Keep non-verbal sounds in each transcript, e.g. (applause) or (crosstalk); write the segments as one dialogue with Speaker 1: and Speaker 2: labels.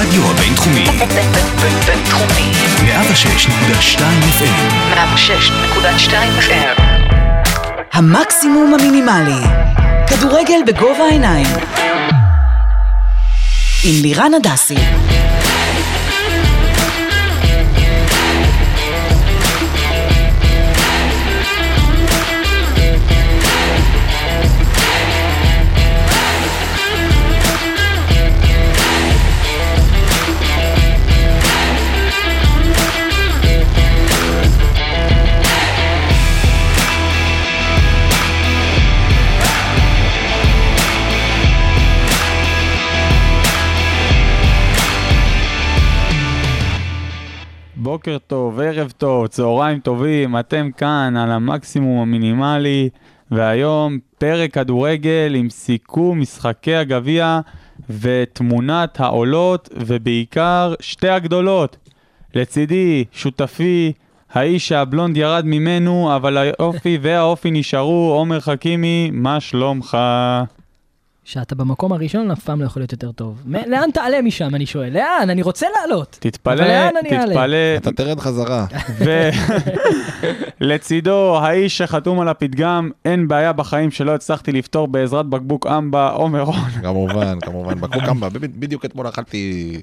Speaker 1: בינתחומי.
Speaker 2: בינתחומי,
Speaker 1: 106.2 FM.
Speaker 2: 106.2 FM.
Speaker 3: המקסימום המינימלי. כדורגל בגובה העיניים. עם לירן הדסי.
Speaker 4: בוקר טוב, ערב טוב, צהריים טובים, אתם כאן על המקסימום המינימלי, והיום פרק כדורגל עם סיכום משחקי הגביע ותמונת העולות, ובעיקר שתי הגדולות. לצידי, שותפי, האיש שהבלונד ירד ממנו, אבל
Speaker 5: (laughs)
Speaker 4: האופי והאופי נשארו, עומר חכימי, מה שלומך?
Speaker 5: שאתה במקום הראשון אף פעם לא יכול להיות יותר טוב. מ- לאן תעלה משם, אני שואל? לאן? אני רוצה לעלות. אבל
Speaker 4: תתפלא,
Speaker 5: לאן אני
Speaker 4: תתפלא,
Speaker 6: אתה תרד חזרה.
Speaker 4: ולצידו, האיש שחתום על הפתגם, אין בעיה בחיים שלא הצלחתי לפתור בעזרת בקבוק אמבה, עומר
Speaker 6: (laughs)
Speaker 4: רון.
Speaker 6: כמובן, כמובן. בקבוק אמבה, בב- בדיוק אתמול אכלתי...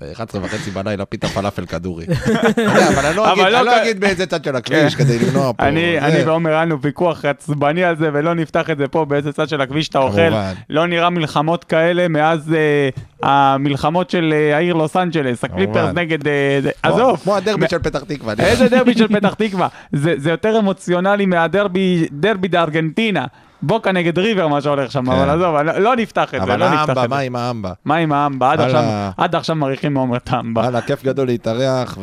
Speaker 6: ב-11 וחצי בלילה פיתה פלאפל כדורי. אתה יודע, אבל אני לא
Speaker 4: אבל
Speaker 6: אגיד-
Speaker 4: לא
Speaker 6: אני
Speaker 4: כ-
Speaker 6: לא אגיד באיזה צד של הכביש כדי למנוע פה.
Speaker 4: אני
Speaker 6: זה.
Speaker 4: אני לא- ועומר היה לנו ויכוח עצבני על זה, ולא נפתח את זה פה באיזה צד של הכביש אתה אוכל.
Speaker 6: כמובן.
Speaker 4: לא נראה מלחמות כאלה מאז אה, המלחמות של אה, העיר לוס אנג'לס, הקליפרס נגד... אה, זה-
Speaker 6: כמו-
Speaker 4: עזוב.
Speaker 6: כמו הדרבי
Speaker 4: מ-
Speaker 6: של פתח תקווה. אני-
Speaker 4: איזה דרבי של פתח תקווה? זה זה יותר אמוציונלי מהדרבי דרבי בארגנטינה. בוקה נגד ריבר מה שהולך שם,
Speaker 6: כן.
Speaker 4: אבל עזוב, אני לא לא נפתח את זה,
Speaker 6: אבל
Speaker 4: לא נפתח את זה.
Speaker 6: האמבה, מה עם האמבה?
Speaker 4: מה עם האמבה? עד
Speaker 6: וואלה.
Speaker 4: עכשיו, עד עכשיו מעריכים מעומר את האמבה.
Speaker 6: וואלה, כיף גדול להתארח,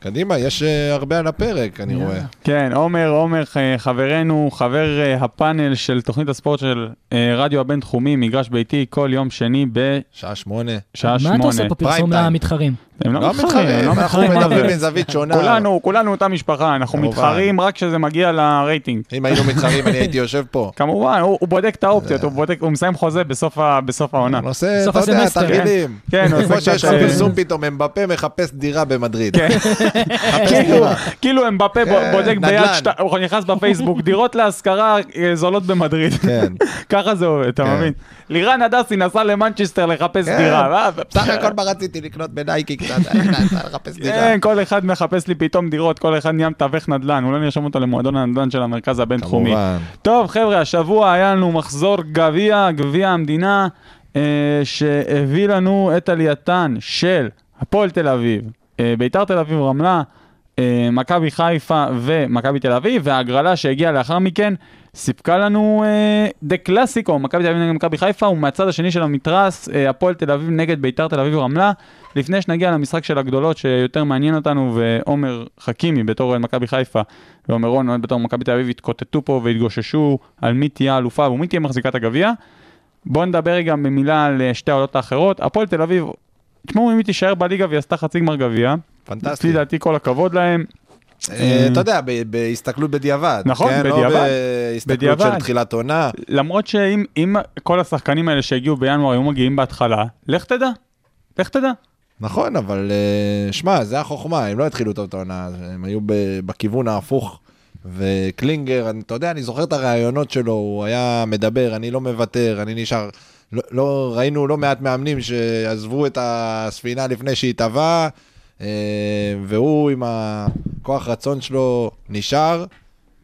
Speaker 6: וקדימה, יש אה, הרבה על הפרק, אני רואה.
Speaker 4: כן, עומר, עומר, אה, חברנו, חבר אה, הפאנל של תוכנית הספורט של אה, רדיו הבינתחומי, מגרש ביתי, כל יום שני בשעה
Speaker 6: שעה שמונה.
Speaker 5: מה
Speaker 4: שמונה.
Speaker 5: אתה עושה פה פרסום
Speaker 6: פריים טיים.
Speaker 5: למתחרים?
Speaker 4: הם לא
Speaker 6: לא
Speaker 4: מתחרים, הם
Speaker 6: מתחרים,
Speaker 4: לא
Speaker 6: אנחנו
Speaker 4: מתחרים.
Speaker 6: מדברים
Speaker 4: מה זה?
Speaker 6: מזווית שונה.
Speaker 4: כולנו, כולנו אותה משפחה, אנחנו
Speaker 6: כמובן.
Speaker 4: מתחרים רק כשזה מגיע לרייטינג.
Speaker 6: אם היינו מתחרים, אני הייתי יושב פה.
Speaker 4: כמובן, הוא הוא בודק את האופציות,
Speaker 6: אה.
Speaker 4: הוא בודק- הוא מסיים חוזה בסוף ה- בסוף העונה. (laughs)
Speaker 6: הוא עושה,
Speaker 5: בסוף
Speaker 6: אתה יודע,
Speaker 5: הסמסטר.
Speaker 6: תרגילים.
Speaker 4: כן, הוא עושה
Speaker 6: כמו שיש לך
Speaker 4: קצת, אה,
Speaker 6: פרסום פתאום, אמבפה מחפש דירה במדריד.
Speaker 4: כן.
Speaker 6: מחפש
Speaker 4: כאילו-
Speaker 6: דירה.
Speaker 4: כאילו אמבפה
Speaker 6: כן,
Speaker 4: בודק ביד,
Speaker 6: נדל"ן.
Speaker 4: שת- הוא נכנס בפייסבוק, דירות להשכרה אה, זולות במדריד.
Speaker 6: כן.
Speaker 4: (laughs) ככה זה עובד, אתה
Speaker 6: כן.
Speaker 4: מבין? לירן הדסי נסע למנצ'סטר לחפש
Speaker 6: כן.
Speaker 4: דירה. ואה,
Speaker 6: בסך הכל מה רציתי לקנות בנייקי קצת, אני נסע לחפש דירה.
Speaker 4: כן, כל אחד מחפש לי פתאום דירות, כל אחד נהיה מתווך נדל"ן, אולי נרשום אותו למועדון הנדל"ן של המרכז הבינתחומי.
Speaker 6: כמובן.
Speaker 4: טוב, חבר'ה, השבוע היה לנו מחזור גביע, גביע המדינה, אה, שהביא לנו את עלייתן של הפועל תל אביב, אה, ביתר תל אביב רמלה, אה, מכבי חיפה ומכבי תל אביב, וההגרלה שהגיעה לאחר מכן סיפקה לנו אה, דה קלאסיקו, מכבי תל אביב נגד מכבי חיפה, ומהצד השני של המתרס, אה, הפועל תל אביב נגד ביתר תל אביב רמלה. לפני שנגיע למשחק של הגדולות שיותר מעניין אותנו, ועומר חכימי בתור אוהד מכבי חיפה, ועומר רון אוהד בתור מכבי תל אביב, התקוטטו פה והתגוששו על מי תהיה האלופה ומי תהיה מחזיקת הגביע. בואו נדבר גם במילה על אה, שתי העולות האחרות. הפועל תל אביב, תשמעו, אם היא תישאר בליגה והיא עשתה חצי גמר גביע, לפי
Speaker 6: פנטסטי.
Speaker 4: דעתי כל הכבוד להם.
Speaker 6: אה, אתה יודע, ב- בהסתכלות בדיעבד.
Speaker 4: נכון,
Speaker 6: כן? לא
Speaker 4: בדיעבד.
Speaker 6: בהסתכלות
Speaker 4: בדיעבד.
Speaker 6: של תחילת עונה.
Speaker 4: למרות שאם אם כל השחקנים האלה שהגיעו בינואר היו מגיעים בהתחלה, לך תדע, לך תדע.
Speaker 6: נכון, אבל אה, שמע, זה החוכמה, הם לא התחילו טוב את העונה, הם היו ב- בכיוון ההפוך. וקלינגר, אני- אתה יודע, אני זוכר את הראיונות שלו, הוא היה מדבר, אני לא מוותר, אני נשאר. לא, לא, ראינו לא מעט מאמנים שעזבו את הספינה לפני שהיא טבעה, אה, והוא עם הכוח רצון שלו נשאר.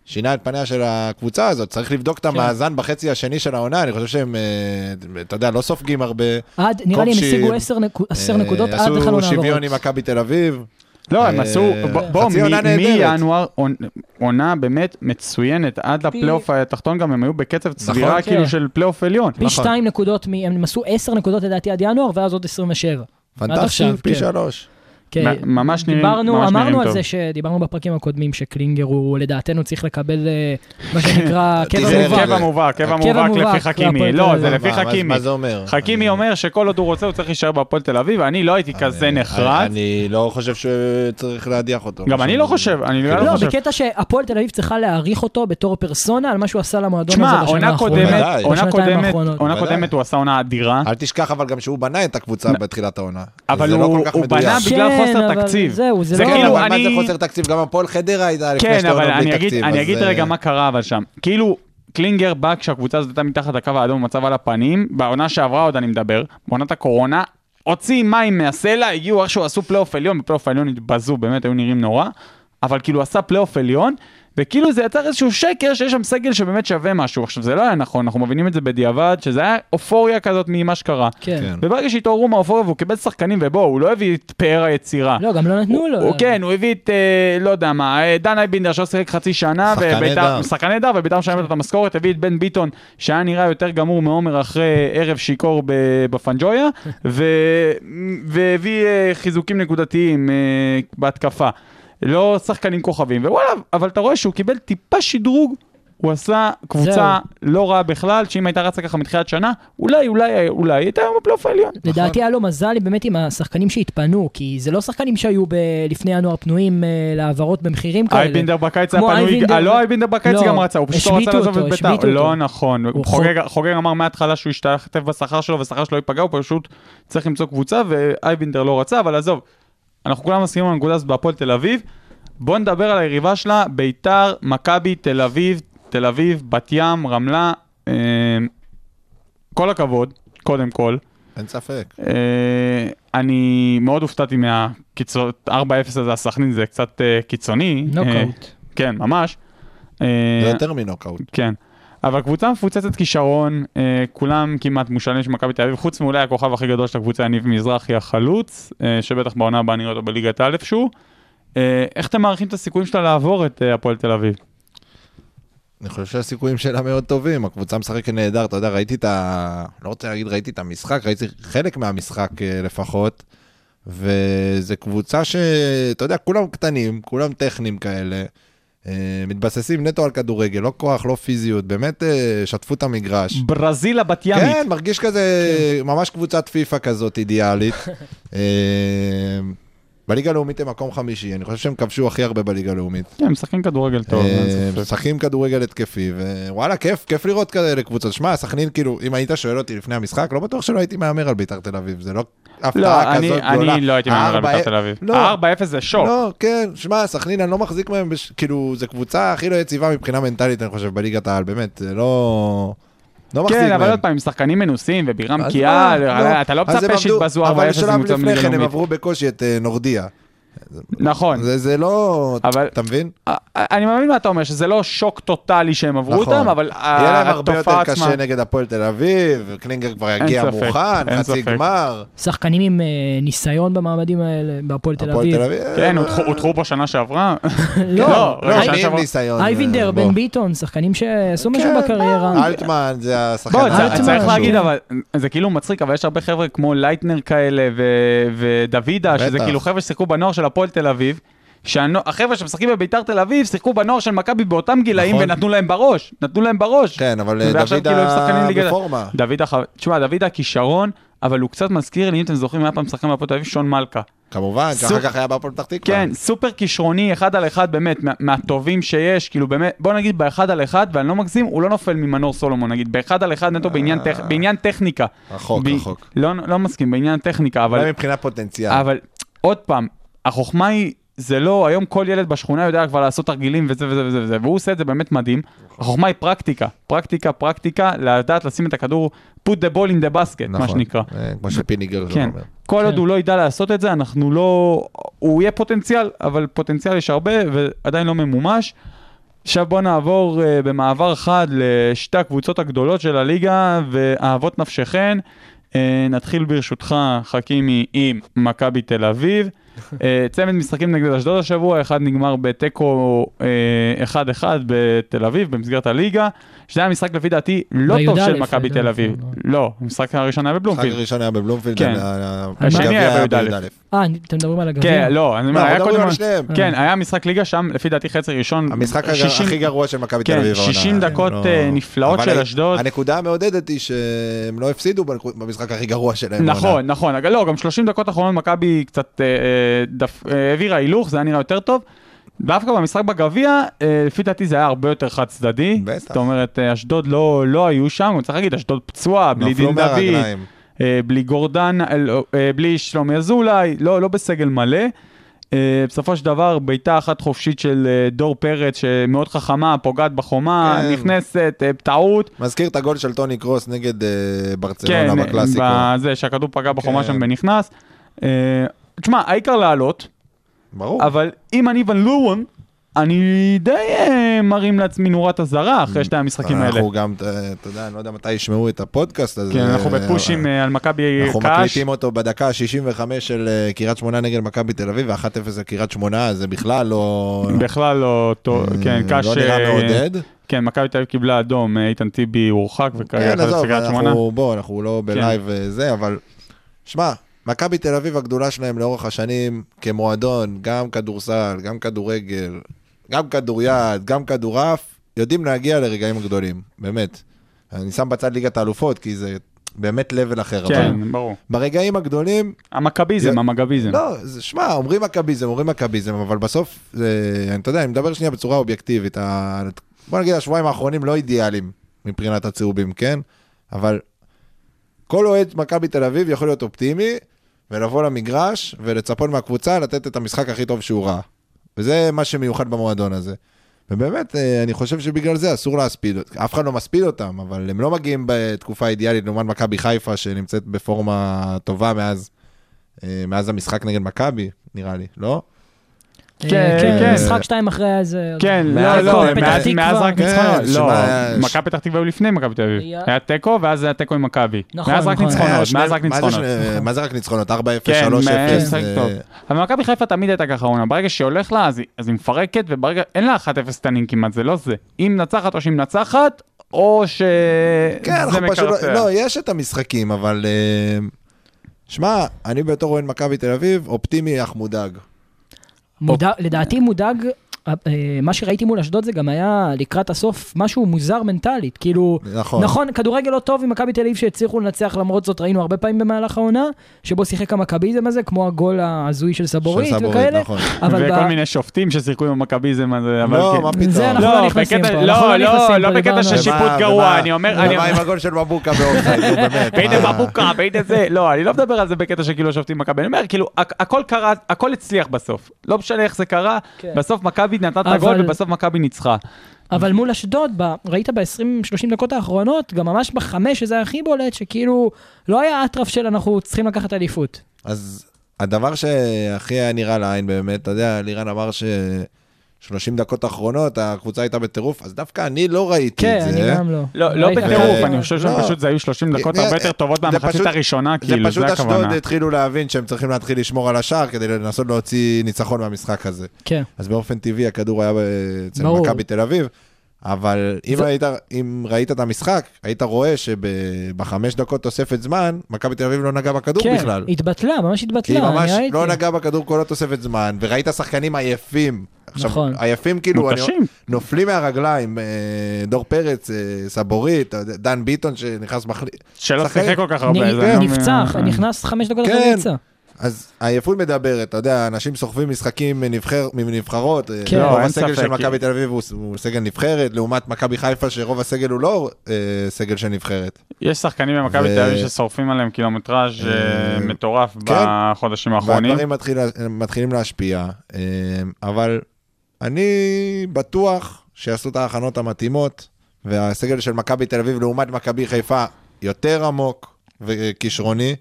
Speaker 6: שינה את פניה של הקבוצה הזאת, צריך לבדוק
Speaker 5: כן.
Speaker 6: את המאזן בחצי השני של העונה, אני חושב שהם, אה, אתה יודע, לא סופגים הרבה.
Speaker 5: עד, נראה לי הם
Speaker 6: כובשים.
Speaker 5: השיגו עשר נקו- עשר
Speaker 6: אה,
Speaker 5: נקודות עד לחלון
Speaker 6: עשו
Speaker 5: העברות.
Speaker 6: שוויון עם מכבי תל אביב.
Speaker 4: לא, הם
Speaker 6: אה,
Speaker 4: עשו, בוא-
Speaker 6: חצי
Speaker 4: בוא,
Speaker 6: עונה
Speaker 4: מ-
Speaker 6: נהדרת.
Speaker 4: מינואר עונ- עונה באמת מצוינת, עד לפלייאוף התחתון גם הם היו בקצב
Speaker 6: נכון.
Speaker 4: צבירה
Speaker 5: כן.
Speaker 4: כאילו של פלייאוף עליון. נכון.
Speaker 5: פי שתיים נקודות, מ- הם עשו עשר נקודות לדעתי עד ינואר, ואז עוד 27. עד
Speaker 6: פנטסטי,
Speaker 5: עכשיו,
Speaker 6: פי
Speaker 5: כן.
Speaker 6: שלוש.
Speaker 5: כן,
Speaker 4: מ- ממש נראים-
Speaker 5: דיברנו,
Speaker 4: ממש
Speaker 5: אמרנו
Speaker 4: נראים
Speaker 5: על
Speaker 4: טוב.
Speaker 5: זה שדיברנו בפרקים הקודמים שקלינגר הוא לדעתנו צריך לקבל אה, מה
Speaker 6: (laughs)
Speaker 5: שנקרא קבע
Speaker 6: תיזהר,
Speaker 5: מובהק.
Speaker 4: קבע מובהק, קבע
Speaker 6: קבע
Speaker 4: מובהק
Speaker 5: מובהק
Speaker 4: לפי חכימי.
Speaker 5: להפועל
Speaker 4: לא,
Speaker 5: תל
Speaker 4: זה
Speaker 5: אביב.
Speaker 4: לפי
Speaker 6: מה- מה-
Speaker 4: חכימי.
Speaker 6: מה זה אומר?
Speaker 4: חכימי אומר שכל עוד הוא רוצה הוא צריך להישאר בהפועל תל אביב, אני לא הייתי כזה נחרץ.
Speaker 6: אה, אני לא חושב שצריך להדיח אותו.
Speaker 4: גם אני לא חושב, אני לא
Speaker 5: לא,
Speaker 4: חושב.
Speaker 5: בקטע שהפועל תל אביב צריכה להעריך אותו בתור פרסונה על מה שהוא עשה למועדון הזה
Speaker 4: תשמע,
Speaker 5: לא, בשנה
Speaker 4: עונה
Speaker 5: האחרונה.
Speaker 4: קודמת,
Speaker 6: בוודאי.
Speaker 4: עונה
Speaker 5: בשנתיים
Speaker 4: קודמת,
Speaker 5: האחרונות.
Speaker 4: עונה
Speaker 6: בוודאי.
Speaker 4: קודמת הוא עשה עונה אדירה,
Speaker 6: אל תשכח אבל גם שהוא בנה את הקבוצה בתחילת העונה.
Speaker 4: אבל
Speaker 6: זה לא כל
Speaker 4: הוא
Speaker 6: כך
Speaker 4: הוא
Speaker 6: מדויק.
Speaker 4: בנה בגלל
Speaker 5: כן,
Speaker 4: חוסר
Speaker 5: אבל
Speaker 4: תקציב.
Speaker 5: זהו, זה לא-
Speaker 6: כן,
Speaker 4: כאילו
Speaker 6: אבל מה זה
Speaker 4: אני-
Speaker 6: חוסר תקציב? גם הפועל חדרה הייתה לפני
Speaker 4: כן,
Speaker 6: שתי עונות
Speaker 4: אבל אני
Speaker 6: בלי
Speaker 4: אגיד,
Speaker 6: תקציב.
Speaker 4: אני
Speaker 6: אז,
Speaker 4: אגיד
Speaker 6: אה,
Speaker 4: רגע מה קרה אבל שם. כאילו, קלינגר בא כשהקבוצה הזאת הייתה מתחת לקו האדום במצב על הפנים, בעונה שעברה עוד אני מדבר, בעונת הקורונה, הוציא מים מהסלע, הגיעו איכשהו, עשו פלייאוף עליון, בפלייאוף העליון התבזו, באמת היו נראים נורא, אבל כאילו עשה פלייאוף עליון, וכאילו זה יצר איזשהו שקר שיש שם סגל שבאמת שווה משהו. עכשיו זה לא היה נכון, אנחנו מבינים את זה בדיעבד, שזה היה אופוריה כזאת ממה שקרה.
Speaker 5: כן.
Speaker 4: וברגע שהתעוררו מהאופוריה והוא קיבל שחקנים, ובואו, הוא לא הביא את פאר היצירה.
Speaker 5: לא, גם לא נתנו
Speaker 4: הוא-
Speaker 5: לו.
Speaker 4: הוא כן, הוא הביא את, אה, לא יודע מה, אה, דן אייבינדר שלא שיחק חצי שנה,
Speaker 6: שחקן
Speaker 4: וביתר-
Speaker 6: נהדר.
Speaker 4: שחקן נהדר, וביתר משלמת לו את המשכורת, הביא את בן ביטון, שהיה נראה יותר גמור מעומר אחרי ערב שיכור ב-
Speaker 5: (laughs)
Speaker 4: בפנג'ויה, ו- והביא אה, חיזוקים נקודתיים אה, בהתקפה. לא שחקנים כוכבים, ווואלה, אבל אתה רואה שהוא קיבל טיפה שדרוג. הוא עשה קבוצה לא רעה בכלל, שאם הייתה רצה ככה מתחילת שנה, אולי, אולי, אולי, הייתה היום בפלייאוף העליון.
Speaker 5: לדעתי היה לו מזל באמת עם השחקנים שהתפנו, כי זה לא שחקנים שהיו ב- לפני ינואר פנויים אה, להעברות במחירים כאלה.
Speaker 4: אייבינדר בקיץ היה
Speaker 5: כמו
Speaker 4: פנוי,
Speaker 5: אייבינדר-
Speaker 4: אה, לא אייבינדר בקיץ
Speaker 5: לא,
Speaker 4: גם רצה, הוא פשוט לא רצה
Speaker 5: השביתו
Speaker 4: לעזוב
Speaker 5: אותו,
Speaker 4: את בית"ר.
Speaker 5: השביתו
Speaker 4: לא
Speaker 5: אותו.
Speaker 4: נכון, הוא
Speaker 5: חוג-
Speaker 4: חוגג- חוגג אמר מההתחלה שהוא ישתתף בשכר שלו והשכר שלו ייפגע, הוא פשוט צריך למצוא קבוצה ואייבינדר לא רצה, אבל עזוב, אנחנו כולם מסכימים על הנקודה הזאת בהפועל תל אביב. בוא נדבר על היריבה שלה, ביתר, מכבי, תל אביב, תל אביב, בת ים, רמלה. אה, כל הכבוד, קודם כל.
Speaker 6: אין ספק.
Speaker 4: אה, אני מאוד הופתעתי מהקיצון, 4-0 הזה, הסכנין זה קצת אה, קיצוני. אה,
Speaker 5: נוקאוט.
Speaker 4: כן, ממש. אה,
Speaker 6: זה יותר מנוקאוט.
Speaker 4: כן. אבל קבוצה מפוצצת כישרון, אה, כולם כמעט מושאלים של מכבי תל אביב, חוץ מאולי הכוכב הכי גדול של הקבוצה, יניב מזרחי החלוץ, אה, שבטח בעונה הבאה נראה אותו בליגת א' שהוא. אה, איך אתם מעריכים את הסיכויים שלה לעבור את אה, הפועל תל אביב?
Speaker 6: אני חושב שהסיכויים שלה מאוד טובים, הקבוצה משחקת נהדר, אתה יודע, ראיתי את ה... לא רוצה להגיד ראיתי את המשחק, ראיתי חלק מהמשחק אה, לפחות, וזו קבוצה ש... אתה יודע, כולם קטנים, כולם טכניים כאלה, אה, מתבססים נטו על כדורגל, לא כוח, לא פיזיות, באמת אה, שטפו את המגרש.
Speaker 4: ברזיל הבת ימית.
Speaker 6: כן, מרגיש כזה, ממש קבוצת פיפא כזאת אידיאלית. אה, בליגה הלאומית הם מקום חמישי, אני חושב שהם כבשו הכי הרבה בליגה הלאומית.
Speaker 4: כן, הם משחקים כדורגל טוב. אין
Speaker 6: אה,
Speaker 4: ספק.
Speaker 6: משחקים כדורגל התקפי, ווואלה, כיף, כיף לראות כאלה קבוצות. שמע, סכנין, כאילו, אם היית שואל אותי לפני המשחק, לא בטוח שלא הייתי מהמר על ביתר תל אביב, זה לא
Speaker 4: לא,
Speaker 6: הפתעה
Speaker 4: אני-
Speaker 6: כזאת גדולה.
Speaker 4: אני לא הייתי מהמר על
Speaker 6: הארבע-
Speaker 4: בית"ר תל אביב.
Speaker 6: לא.
Speaker 4: ה-4-0 זה שוק.
Speaker 6: לא, כן, שמע, סכנין, אני לא מחזיק מהם, בש- כאילו, זו קבוצה הכי לא יציבה מבחינה מנטלית, אני חושב, בליגת העל, באמת, זה לא... לא מחזיק מהם.
Speaker 4: כן, אבל עוד פעם, עם שחקנים מנוסים ובירם
Speaker 6: אז
Speaker 4: קיאל,
Speaker 6: מה, לא.
Speaker 4: אתה לא
Speaker 6: אז הם
Speaker 4: מצפה
Speaker 6: עמדו-
Speaker 4: שיתבזו 4-0
Speaker 6: אבל שלב
Speaker 4: מול
Speaker 6: לפני כן הם
Speaker 4: לאומית.
Speaker 6: עברו בקושי את אה, נורדיה.
Speaker 4: נכון.
Speaker 6: זה- זה לא...
Speaker 4: אבל-
Speaker 6: אתה מבין?
Speaker 4: אה, אני מבין מה אתה אומר, שזה לא שוק טוטאלי שהם עברו
Speaker 6: נכון.
Speaker 4: אותם, אבל
Speaker 6: יהיה להם הרבה
Speaker 4: התופעה
Speaker 6: יותר
Speaker 4: עצמה...
Speaker 6: קשה נגד הפועל תל אביב, קלינגר כבר יגיע
Speaker 4: ספק,
Speaker 6: מוכן,
Speaker 4: אין
Speaker 6: חצי
Speaker 4: ספק.
Speaker 6: גמר,
Speaker 5: שחקנים עם אה, ניסיון במעמדים האלה, בהפועל תל
Speaker 6: הפועל
Speaker 5: אביב.
Speaker 6: תל אביב.
Speaker 4: כן, הודחו- הודחו פה שנה שעברה. (laughs)
Speaker 5: לא,
Speaker 4: לא,
Speaker 6: לא,
Speaker 4: שנה
Speaker 6: מי עם
Speaker 4: שעברה.
Speaker 6: ניסיון.
Speaker 5: אייבינדר,
Speaker 6: בוא.
Speaker 5: בן ביטון, שחקנים שעשו משהו
Speaker 6: כן,
Speaker 4: לא.
Speaker 5: בקריירה.
Speaker 6: אלטמן זה השחקן. כן,
Speaker 4: בוא,
Speaker 6: הכי
Speaker 4: צר-
Speaker 5: אלטמן.
Speaker 4: צריך
Speaker 6: חשוב.
Speaker 4: להגיד, אבל זה כאילו מצחיק, אבל יש הרבה חבר'ה כמו לייטנר כאלה ו- ודוידה, שזה
Speaker 6: בטח.
Speaker 4: כאילו חבר'ה ששיחקו בנוער של הפועל תל אביב. שהחבר'ה שמשחקים בביתר תל אביב שיחקו בנוער של מכבי באותם גילאים
Speaker 6: נכון.
Speaker 4: ונתנו להם בראש, נתנו להם בראש.
Speaker 6: כן, אבל אה,
Speaker 4: ועכשיו כאילו הם שחקנים
Speaker 6: דוידה
Speaker 4: ליגת...
Speaker 6: בפורמה.
Speaker 4: דוד הח... תשמע, דוד הכישרון, אבל הוא קצת מזכיר לי, אם אתם זוכרים, היה פעם שחקן מהפועל תל אביב, שון מלכה.
Speaker 6: כמובן, שאחר
Speaker 4: סופ-
Speaker 6: כך היה בהפועל פתח תקווה.
Speaker 4: כן, סופר כישרוני, אחד על אחד, באמת, מה- מהטובים שיש, כאילו באמת, בוא נגיד באחד על אחד, ואני לא מגזים, הוא לא נופל ממנור סולומון, נגיד, באחד על אחד נטו בעניין טכ- בעניין טכניקה.
Speaker 6: אה. רחוק,
Speaker 4: ב-
Speaker 6: רחוק.
Speaker 4: לא לא מסכים, בעניין טכניקה, אבל...
Speaker 6: אולי מבחינת פוטנציאל.
Speaker 4: אבל עוד פעם, החוכמה היא, זה לא, היום כל ילד בשכונה יודע כבר לעשות תרגילים וזה וזה וזה וזה, והוא עושה את זה באמת מדהים. החוכמה היא פרקטיקה, פרקטיקה, פרקטיקה, לדעת לשים את הכדור, put the ball in the basket, מה
Speaker 6: נכון.
Speaker 4: שנקרא.
Speaker 6: אה, כמו שפיניגר זה
Speaker 4: כן,
Speaker 6: אומר.
Speaker 4: כל עוד
Speaker 5: כן.
Speaker 4: הוא לא ידע לעשות את זה, אנחנו לא... הוא יהיה פוטנציאל, אבל פוטנציאל יש הרבה ועדיין לא ממומש. עכשיו בואו נעבור uh, במעבר חד לשתי הקבוצות הגדולות של הליגה ואהבות אה, נפשכן. Uh, נתחיל ברשותך, חכימי, עם מכבי תל אביב. אה, צמד משחקים נגד אשדוד השבוע, אחד נגמר בתיקו אה, 1-1 בתל אביב במסגרת הליגה. שזה היה משחק לפי דעתי לא
Speaker 5: בי"א,
Speaker 4: טוב של
Speaker 5: אה,
Speaker 4: מכבי
Speaker 5: לא,
Speaker 4: תל אביב.
Speaker 5: לא.
Speaker 4: לא, המשחק הראשון היה
Speaker 6: המשחק
Speaker 4: בבלומפילד.
Speaker 6: הראשון היה בבלומפילד, אה,
Speaker 4: כן.
Speaker 6: ה- ה-
Speaker 4: השני
Speaker 6: הגביע
Speaker 4: היה בי"א.
Speaker 5: אה, אני- אתם מדברים על הגביע?
Speaker 4: כן, לא, אני אומר,
Speaker 6: אנחנו
Speaker 4: היה
Speaker 6: מדברים
Speaker 4: קודם...
Speaker 6: על שניהם.
Speaker 4: כן, היה משחק ליגה שם, לפי דעתי חצי ראשון.
Speaker 6: המשחק הגר-
Speaker 4: 60
Speaker 6: הכי גרוע של מכבי תל
Speaker 4: כן,
Speaker 6: אביב. העונה.
Speaker 4: 60 דקות,
Speaker 6: לא-
Speaker 4: אה, נפלאות
Speaker 6: אבל
Speaker 4: של
Speaker 6: ה-
Speaker 4: אשדוד.
Speaker 6: הנקודה המעודדת היא שהם לא הפסידו בנקו- במשחק הכי גרוע שלהם.
Speaker 4: נכון, נכון. אגב, לא, גם 30 דקות אחרונות מכבי קצת אה, אה, דף- אה, העבירה הילוך, זה היה נראה יותר טוב. דווקא במשחק בגביע, אה, לפי דעתי זה היה הרבה יותר חד צדדי.
Speaker 6: בטח.
Speaker 4: זאת אומרת, אה, אשדוד לא לא היו שם, צריך להגיד, אשדוד פצועה, בלי
Speaker 6: נפלו
Speaker 4: דין דוד,
Speaker 6: מהרגליים.
Speaker 4: אה, בלי גורדן, אה, לא, אה, בלי שלומי אזולאי, לא, לא בסגל מלא. אה, בסופו של דבר, בעיטה אחת חופשית של אה, דור פרץ, שמאוד חכמה, פוגעת בחומה,
Speaker 6: כן.
Speaker 4: נכנסת, אה, טעות.
Speaker 6: מזכיר את הגול של טוני קרוס נגד אה,
Speaker 4: כן,
Speaker 6: ברצלונה בקלאסיקו.
Speaker 4: זה שהכדור פגע בחומה
Speaker 6: כן.
Speaker 4: שם ונכנס. אה, תשמע, העיקר לעלות,
Speaker 6: ברור.
Speaker 4: אבל אם אני ון לורון, אני די אה, מרים לעצמי נורת אזהרה אחרי שתי המשחקים האלה.
Speaker 6: אנחנו גם, אה, אתה יודע, אני לא יודע מתי ישמעו את הפודקאסט הזה.
Speaker 4: כן, אנחנו
Speaker 6: אה,
Speaker 4: בפושים אה, על מכבי
Speaker 6: אנחנו
Speaker 4: קאש.
Speaker 6: מקליטים אותו בדקה ה-65 של אה, קריית שמונה נגד מכבי תל אביב, ו-1-0 לקריית שמונה, אז זה בכלל לא...
Speaker 4: בכלל לא טוב,
Speaker 6: אה,
Speaker 4: כן, קאש...
Speaker 6: לא נראה
Speaker 4: אה,
Speaker 6: מעודד.
Speaker 4: כן, מכבי תל אביב קיבלה אדום, אה, איתן טיבי הורחק וכרגע
Speaker 6: כן,
Speaker 4: אחרי
Speaker 6: עזוב,
Speaker 4: קריית שמונה. כן.
Speaker 6: אנחנו, בוא, אנחנו לא בלייב אה, זה, אבל... שמע, מכבי תל אביב הגדולה שלהם לאורך השנים, כמועדון, גם כדורסל, גם כדורגל, גם כדוריד, גם כדורעף, יודעים להגיע לרגעים הגדולים, באמת. אני שם בצד ליגת האלופות, כי זה באמת לבל אחר. אבל
Speaker 4: כן, ברור.
Speaker 6: ברגעים הגדולים,
Speaker 4: המכביזם,
Speaker 6: יא-
Speaker 4: המכביזם.
Speaker 6: לא, זה- שמע, אומרים מכביזם, אומרים מכביזם, אבל בסוף, זה- אני- אתה יודע, אני מדבר שנייה בצורה אובייקטיבית. ה- בוא נגיד, השבועיים האחרונים לא אידיאליים מבחינת הצהובים, כן? אבל כל אוהד מכבי תל אביב יכול להיות אופטימי, ולבוא למגרש, ולצפות מהקבוצה לתת את המשחק הכי טוב שהוא ראה. וזה מה שמיוחד במועדון הזה. ובאמת, אה, אני חושב שבגלל זה אסור להספיד, אות- אף אחד לא מספיד אותם, אבל הם לא מגיעים בתקופה אידיאלית לעומת מכבי חיפה, שנמצאת בפורמה טובה מאז, אה, מאז המשחק נגד מכבי, נראה לי, לא?
Speaker 5: אה,
Speaker 4: כן,
Speaker 6: כן.
Speaker 5: כן. משחק שתיים אחרי היה איזה...
Speaker 4: כן, לא,
Speaker 6: מאז
Speaker 4: לא,
Speaker 6: כל פתח
Speaker 4: מאז-
Speaker 5: תקווה.
Speaker 4: מאז רק
Speaker 6: כן,
Speaker 4: ניצחונות.
Speaker 6: שמע,
Speaker 4: לא,
Speaker 6: היה-
Speaker 4: מכבי פתח תקווה היו לפני מכבי תל אביב.
Speaker 5: היה-
Speaker 4: היה תיקו, ואז היה תיקו עם מכבי.
Speaker 5: נכון,
Speaker 4: מאז רק
Speaker 5: נכון.
Speaker 4: ניצחונות,
Speaker 6: היה
Speaker 4: מאז
Speaker 6: אה, שני-
Speaker 4: רק
Speaker 6: מה זה
Speaker 4: ניצחונות.
Speaker 6: שני- אה, מה זה רק ניצחונות? 4-0,
Speaker 4: כן,
Speaker 6: 3-0.
Speaker 4: אה, משחק
Speaker 6: אה,
Speaker 4: טוב. אבל מכבי חיפה תמיד הייתה ככה עונה, ברגע שהיא הולך לה, אז היא- אז היא מפרקת, וברגע, אין לה 1-0 קטנים כמעט, זה לא זה. היא מנצחת או שהיא מנצחת, או ש...
Speaker 6: כן, אנחנו
Speaker 4: זה
Speaker 6: פשוט... לא,
Speaker 4: מקרטע.
Speaker 6: לא, יש את המשחקים, אבל... אה, שמע, אני בתור אוהד מכבי תל אביב, אופטימי אך מודאג.
Speaker 5: מודע- לדעתי מודאג, אה, אה, מה שראיתי מול אשדוד זה גם היה לקראת הסוף משהו מוזר מנטלית, כאילו...
Speaker 6: נכון.
Speaker 5: נכון, כדורגל לא טוב עם מכבי תל אביב שהצליחו לנצח למרות זאת, ראינו הרבה פעמים במהלך העונה, שבו שיחק המכביזם הזה, כמו הגול ההזוי של סבורית
Speaker 6: של סבורית,
Speaker 5: וכאלה,
Speaker 6: נכון.
Speaker 5: אבל
Speaker 4: וכל
Speaker 5: ב-
Speaker 4: מיני שופטים ששיחקו עם המכביזם הזה, אבל
Speaker 6: לא,
Speaker 4: כן.
Speaker 6: מה פתאום.
Speaker 5: זה אנחנו לא נכנסים
Speaker 4: בקטע-
Speaker 5: פה, אנחנו
Speaker 4: לא,
Speaker 5: לא נכנסים
Speaker 4: לא, לא
Speaker 5: פה,
Speaker 4: בקטע
Speaker 5: דיברנו
Speaker 4: של
Speaker 5: על זה.
Speaker 4: שיפוט
Speaker 6: ומה-
Speaker 4: גרוע,
Speaker 6: ומה-
Speaker 4: אני אומר, אני
Speaker 6: ומה עם הגול של מבוקה באופסייד, נו
Speaker 4: (laughs)
Speaker 6: באמת. אה,
Speaker 4: והנה
Speaker 6: מה-
Speaker 4: מבוקה, והנה זה, לא, אני לא מדבר על זה בקטע שכאילו השופטים מכבי, אני אומר, כאילו, הכ- הכל קרה, הכל הצליח בסוף. לא משנה איך זה קרה,
Speaker 5: כן.
Speaker 4: בסוף מכבי נתנה את
Speaker 5: אבל-
Speaker 4: הגול ובסוף מכבי ניצחה.
Speaker 5: אבל מול אשדוד, ב- ראית ב-20-30 דקות האחרונות, גם ממש בחמש, שזה היה הכי בולט, שכאילו לא היה אטרף של אנחנו צריכים לקחת אליפות.
Speaker 6: אז הדבר שהכי היה נראה לעין באמת, אתה יודע, לירן אמר ש... 30 דקות אחרונות, הקבוצה הייתה בטירוף, אז דווקא אני לא ראיתי
Speaker 5: כן,
Speaker 6: את זה.
Speaker 5: אני גם לא.
Speaker 4: לא, לא
Speaker 5: ראיתי.
Speaker 4: בטירוף,
Speaker 6: ו-
Speaker 4: אני חושב
Speaker 6: לא.
Speaker 4: שהם פשוט, זה היו 30 דקות
Speaker 6: אה,
Speaker 4: הרבה
Speaker 6: אה,
Speaker 4: יותר טובות
Speaker 6: זה
Speaker 4: מהמחצית
Speaker 6: פשוט-
Speaker 4: הראשונה, כאילו,
Speaker 6: פשוט
Speaker 4: זה
Speaker 6: אשדוד
Speaker 4: הכוונה.
Speaker 6: התחילו להבין שהם צריכים להתחיל לשמור על השער כדי לנסות להוציא ניצחון מהמשחק הזה.
Speaker 5: כן.
Speaker 6: אז באופן טבעי הכדור היה אצל
Speaker 5: ברור.
Speaker 6: מכבי תל אביב, אבל אם,
Speaker 5: זה-
Speaker 6: היית, אם ראית את המשחק, היית רואה שבחמש דקות תוספת זמן, מכבי תל אביב לא נגעה בכדור
Speaker 5: כן,
Speaker 6: בכלל.
Speaker 5: התבטלה, ממש
Speaker 6: היא
Speaker 5: התבטלה,
Speaker 6: ממש
Speaker 5: אני ראיתי.
Speaker 6: לא נגעה בכדור כל התוספת זמן, וראית שחקנים עייפים. עכשיו,
Speaker 5: נכון.
Speaker 6: עייפים כאילו, אני,
Speaker 4: מותשים.
Speaker 6: נופלים מהרגליים, אה, דור פרץ, אה, סבורית, אתה יודע, דן ביטון שנכנס מחליף.
Speaker 4: שלא
Speaker 6: שחקנים-
Speaker 4: שיחק כל כך הרבה.
Speaker 5: נ-
Speaker 4: זה גם-
Speaker 5: כן, נפצע, נכנס חמש דקות
Speaker 6: כן.
Speaker 5: אחרי נפצע.
Speaker 6: אז העייפות מדברת, אתה יודע, אנשים סוחבים משחקים מנבחר, מנבחרות,
Speaker 5: כן.
Speaker 6: אה,
Speaker 5: לא,
Speaker 6: רוב
Speaker 4: אין
Speaker 6: הסגל
Speaker 4: ספק,
Speaker 6: של
Speaker 4: כי-
Speaker 6: מכבי תל אביב הוא, הוא סגל נבחרת, לעומת מכבי חיפה שרוב הסגל הוא לא אה, סגל של נבחרת.
Speaker 4: יש שחקנים במכבי
Speaker 6: ו-
Speaker 4: תל אביב ששורפים עליהם קילומטראז' אה,
Speaker 6: אה,
Speaker 4: מטורף
Speaker 6: כן.
Speaker 4: בחודשים האחרונים.
Speaker 6: והדברים מתחיל, מתחילים להשפיע, אה, אבל אני בטוח שיעשו את ההכנות המתאימות, והסגל של מכבי תל אביב לעומת מכבי חיפה יותר עמוק וכישרוני.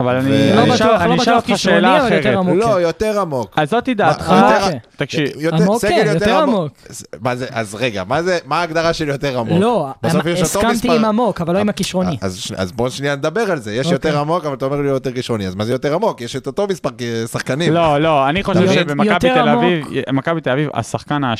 Speaker 4: אבל אני
Speaker 6: ו-
Speaker 4: אני
Speaker 6: לא
Speaker 4: אשאל-
Speaker 5: בטוח, לא
Speaker 4: אני אשאל
Speaker 5: בטוח
Speaker 4: אותך
Speaker 5: כישרוני,
Speaker 4: שאלה
Speaker 5: אבל יותר אוקיי.
Speaker 4: אחרת.
Speaker 5: עמוק.
Speaker 6: לא,
Speaker 5: אוקיי.
Speaker 6: יותר עמוק.
Speaker 4: אז זאת היא דעתך,
Speaker 6: מה, יותר-
Speaker 4: תקשיב,
Speaker 6: יותר-
Speaker 5: אה, עמוק,
Speaker 6: סגל
Speaker 5: כן, יותר עמוק.
Speaker 6: אז- מה זה, אז רגע, מה זה, מה ההגדרה של יותר עמוק?
Speaker 5: לא,
Speaker 6: בסוף יש אותו
Speaker 5: הסכמתי
Speaker 6: מספר- אה,
Speaker 5: עם עמוק, אבל לא עם הכישרוני.
Speaker 6: אז, ש- אז בוא שנייה נדבר על זה, יש
Speaker 5: אוקיי.
Speaker 6: יותר עמוק, אבל אתה אומר לי לא יותר ראשוני, אז מה זה יותר עמוק? יש את אותו מספר כ- שחקנים.
Speaker 4: לא, לא, אני חושב
Speaker 6: יותר-
Speaker 4: שבמכבי
Speaker 5: יותר
Speaker 4: תל
Speaker 5: עמוק.
Speaker 4: אביב, מכבי תל אביב, השחקן ה-16,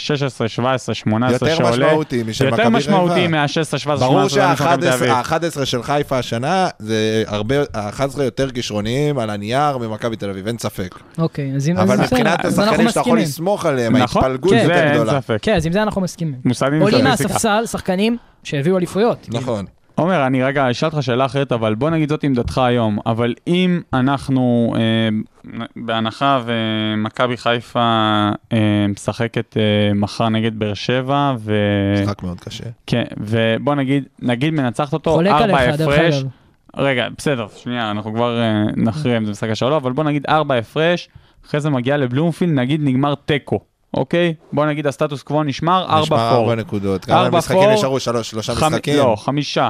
Speaker 4: 17, 18
Speaker 6: יותר
Speaker 4: שעולה,
Speaker 6: משמעותי משל
Speaker 4: יותר
Speaker 6: מכבי
Speaker 4: משמעותי
Speaker 6: חיפה.
Speaker 4: מה-16, 17, 18
Speaker 6: ברור
Speaker 4: של מכבי תל אביב.
Speaker 6: שה-11 של חיפה השנה, זה הרבה, ה-11 יותר כישרוניים על הנייר ממכבי תל אביב, אין ספק.
Speaker 5: אוקיי, אז אם... אז
Speaker 6: אבל
Speaker 5: בסדר,
Speaker 6: מבחינת
Speaker 5: אז אנחנו
Speaker 6: השחקנים שאתה יכול
Speaker 5: מסכימים.
Speaker 6: לסמוך עליהם,
Speaker 4: נכון,
Speaker 6: ההתפלגות
Speaker 5: כן. זה
Speaker 6: יותר
Speaker 4: אין
Speaker 6: גדולה.
Speaker 4: ספק.
Speaker 5: כן, אז עם זה אנחנו מסכימים.
Speaker 4: מוסדים
Speaker 5: עולים
Speaker 4: של פיזיקה.
Speaker 5: מהספסל שחקנים שהביאו אליפויות.
Speaker 6: נכון.
Speaker 4: עומר, אני רגע אשאל אותך שאלה אחרת, אבל בוא נגיד זאת עמדתך היום. אבל אם אנחנו, אה, בהנחה ומכבי חיפה אה, משחקת אה, מחר נגד באר שבע, ו...
Speaker 6: משחק מאוד קשה.
Speaker 4: כן, ובוא נגיד, נגיד מנצחת אותו,
Speaker 5: חולק
Speaker 4: ארבע
Speaker 5: עליך, דרך
Speaker 4: הפרש.
Speaker 5: אגב.
Speaker 4: רגע, בסדר, שנייה, אנחנו כבר אה, נכריע אם זה משחק השעה או לא, אבל בוא נגיד ארבע הפרש, אחרי זה מגיעה לבלומפילד, נגיד נגמר תיקו, אוקיי? בוא נגיד הסטטוס קוו נשמר,
Speaker 6: נשמע
Speaker 4: ארבע פור.
Speaker 6: ארבע נקודות.
Speaker 4: ארבע
Speaker 6: כמה משחקים
Speaker 4: פור.
Speaker 6: נשארו? שלוש- שלושה
Speaker 4: חמ-
Speaker 6: משחקים?
Speaker 4: לא, חמישה.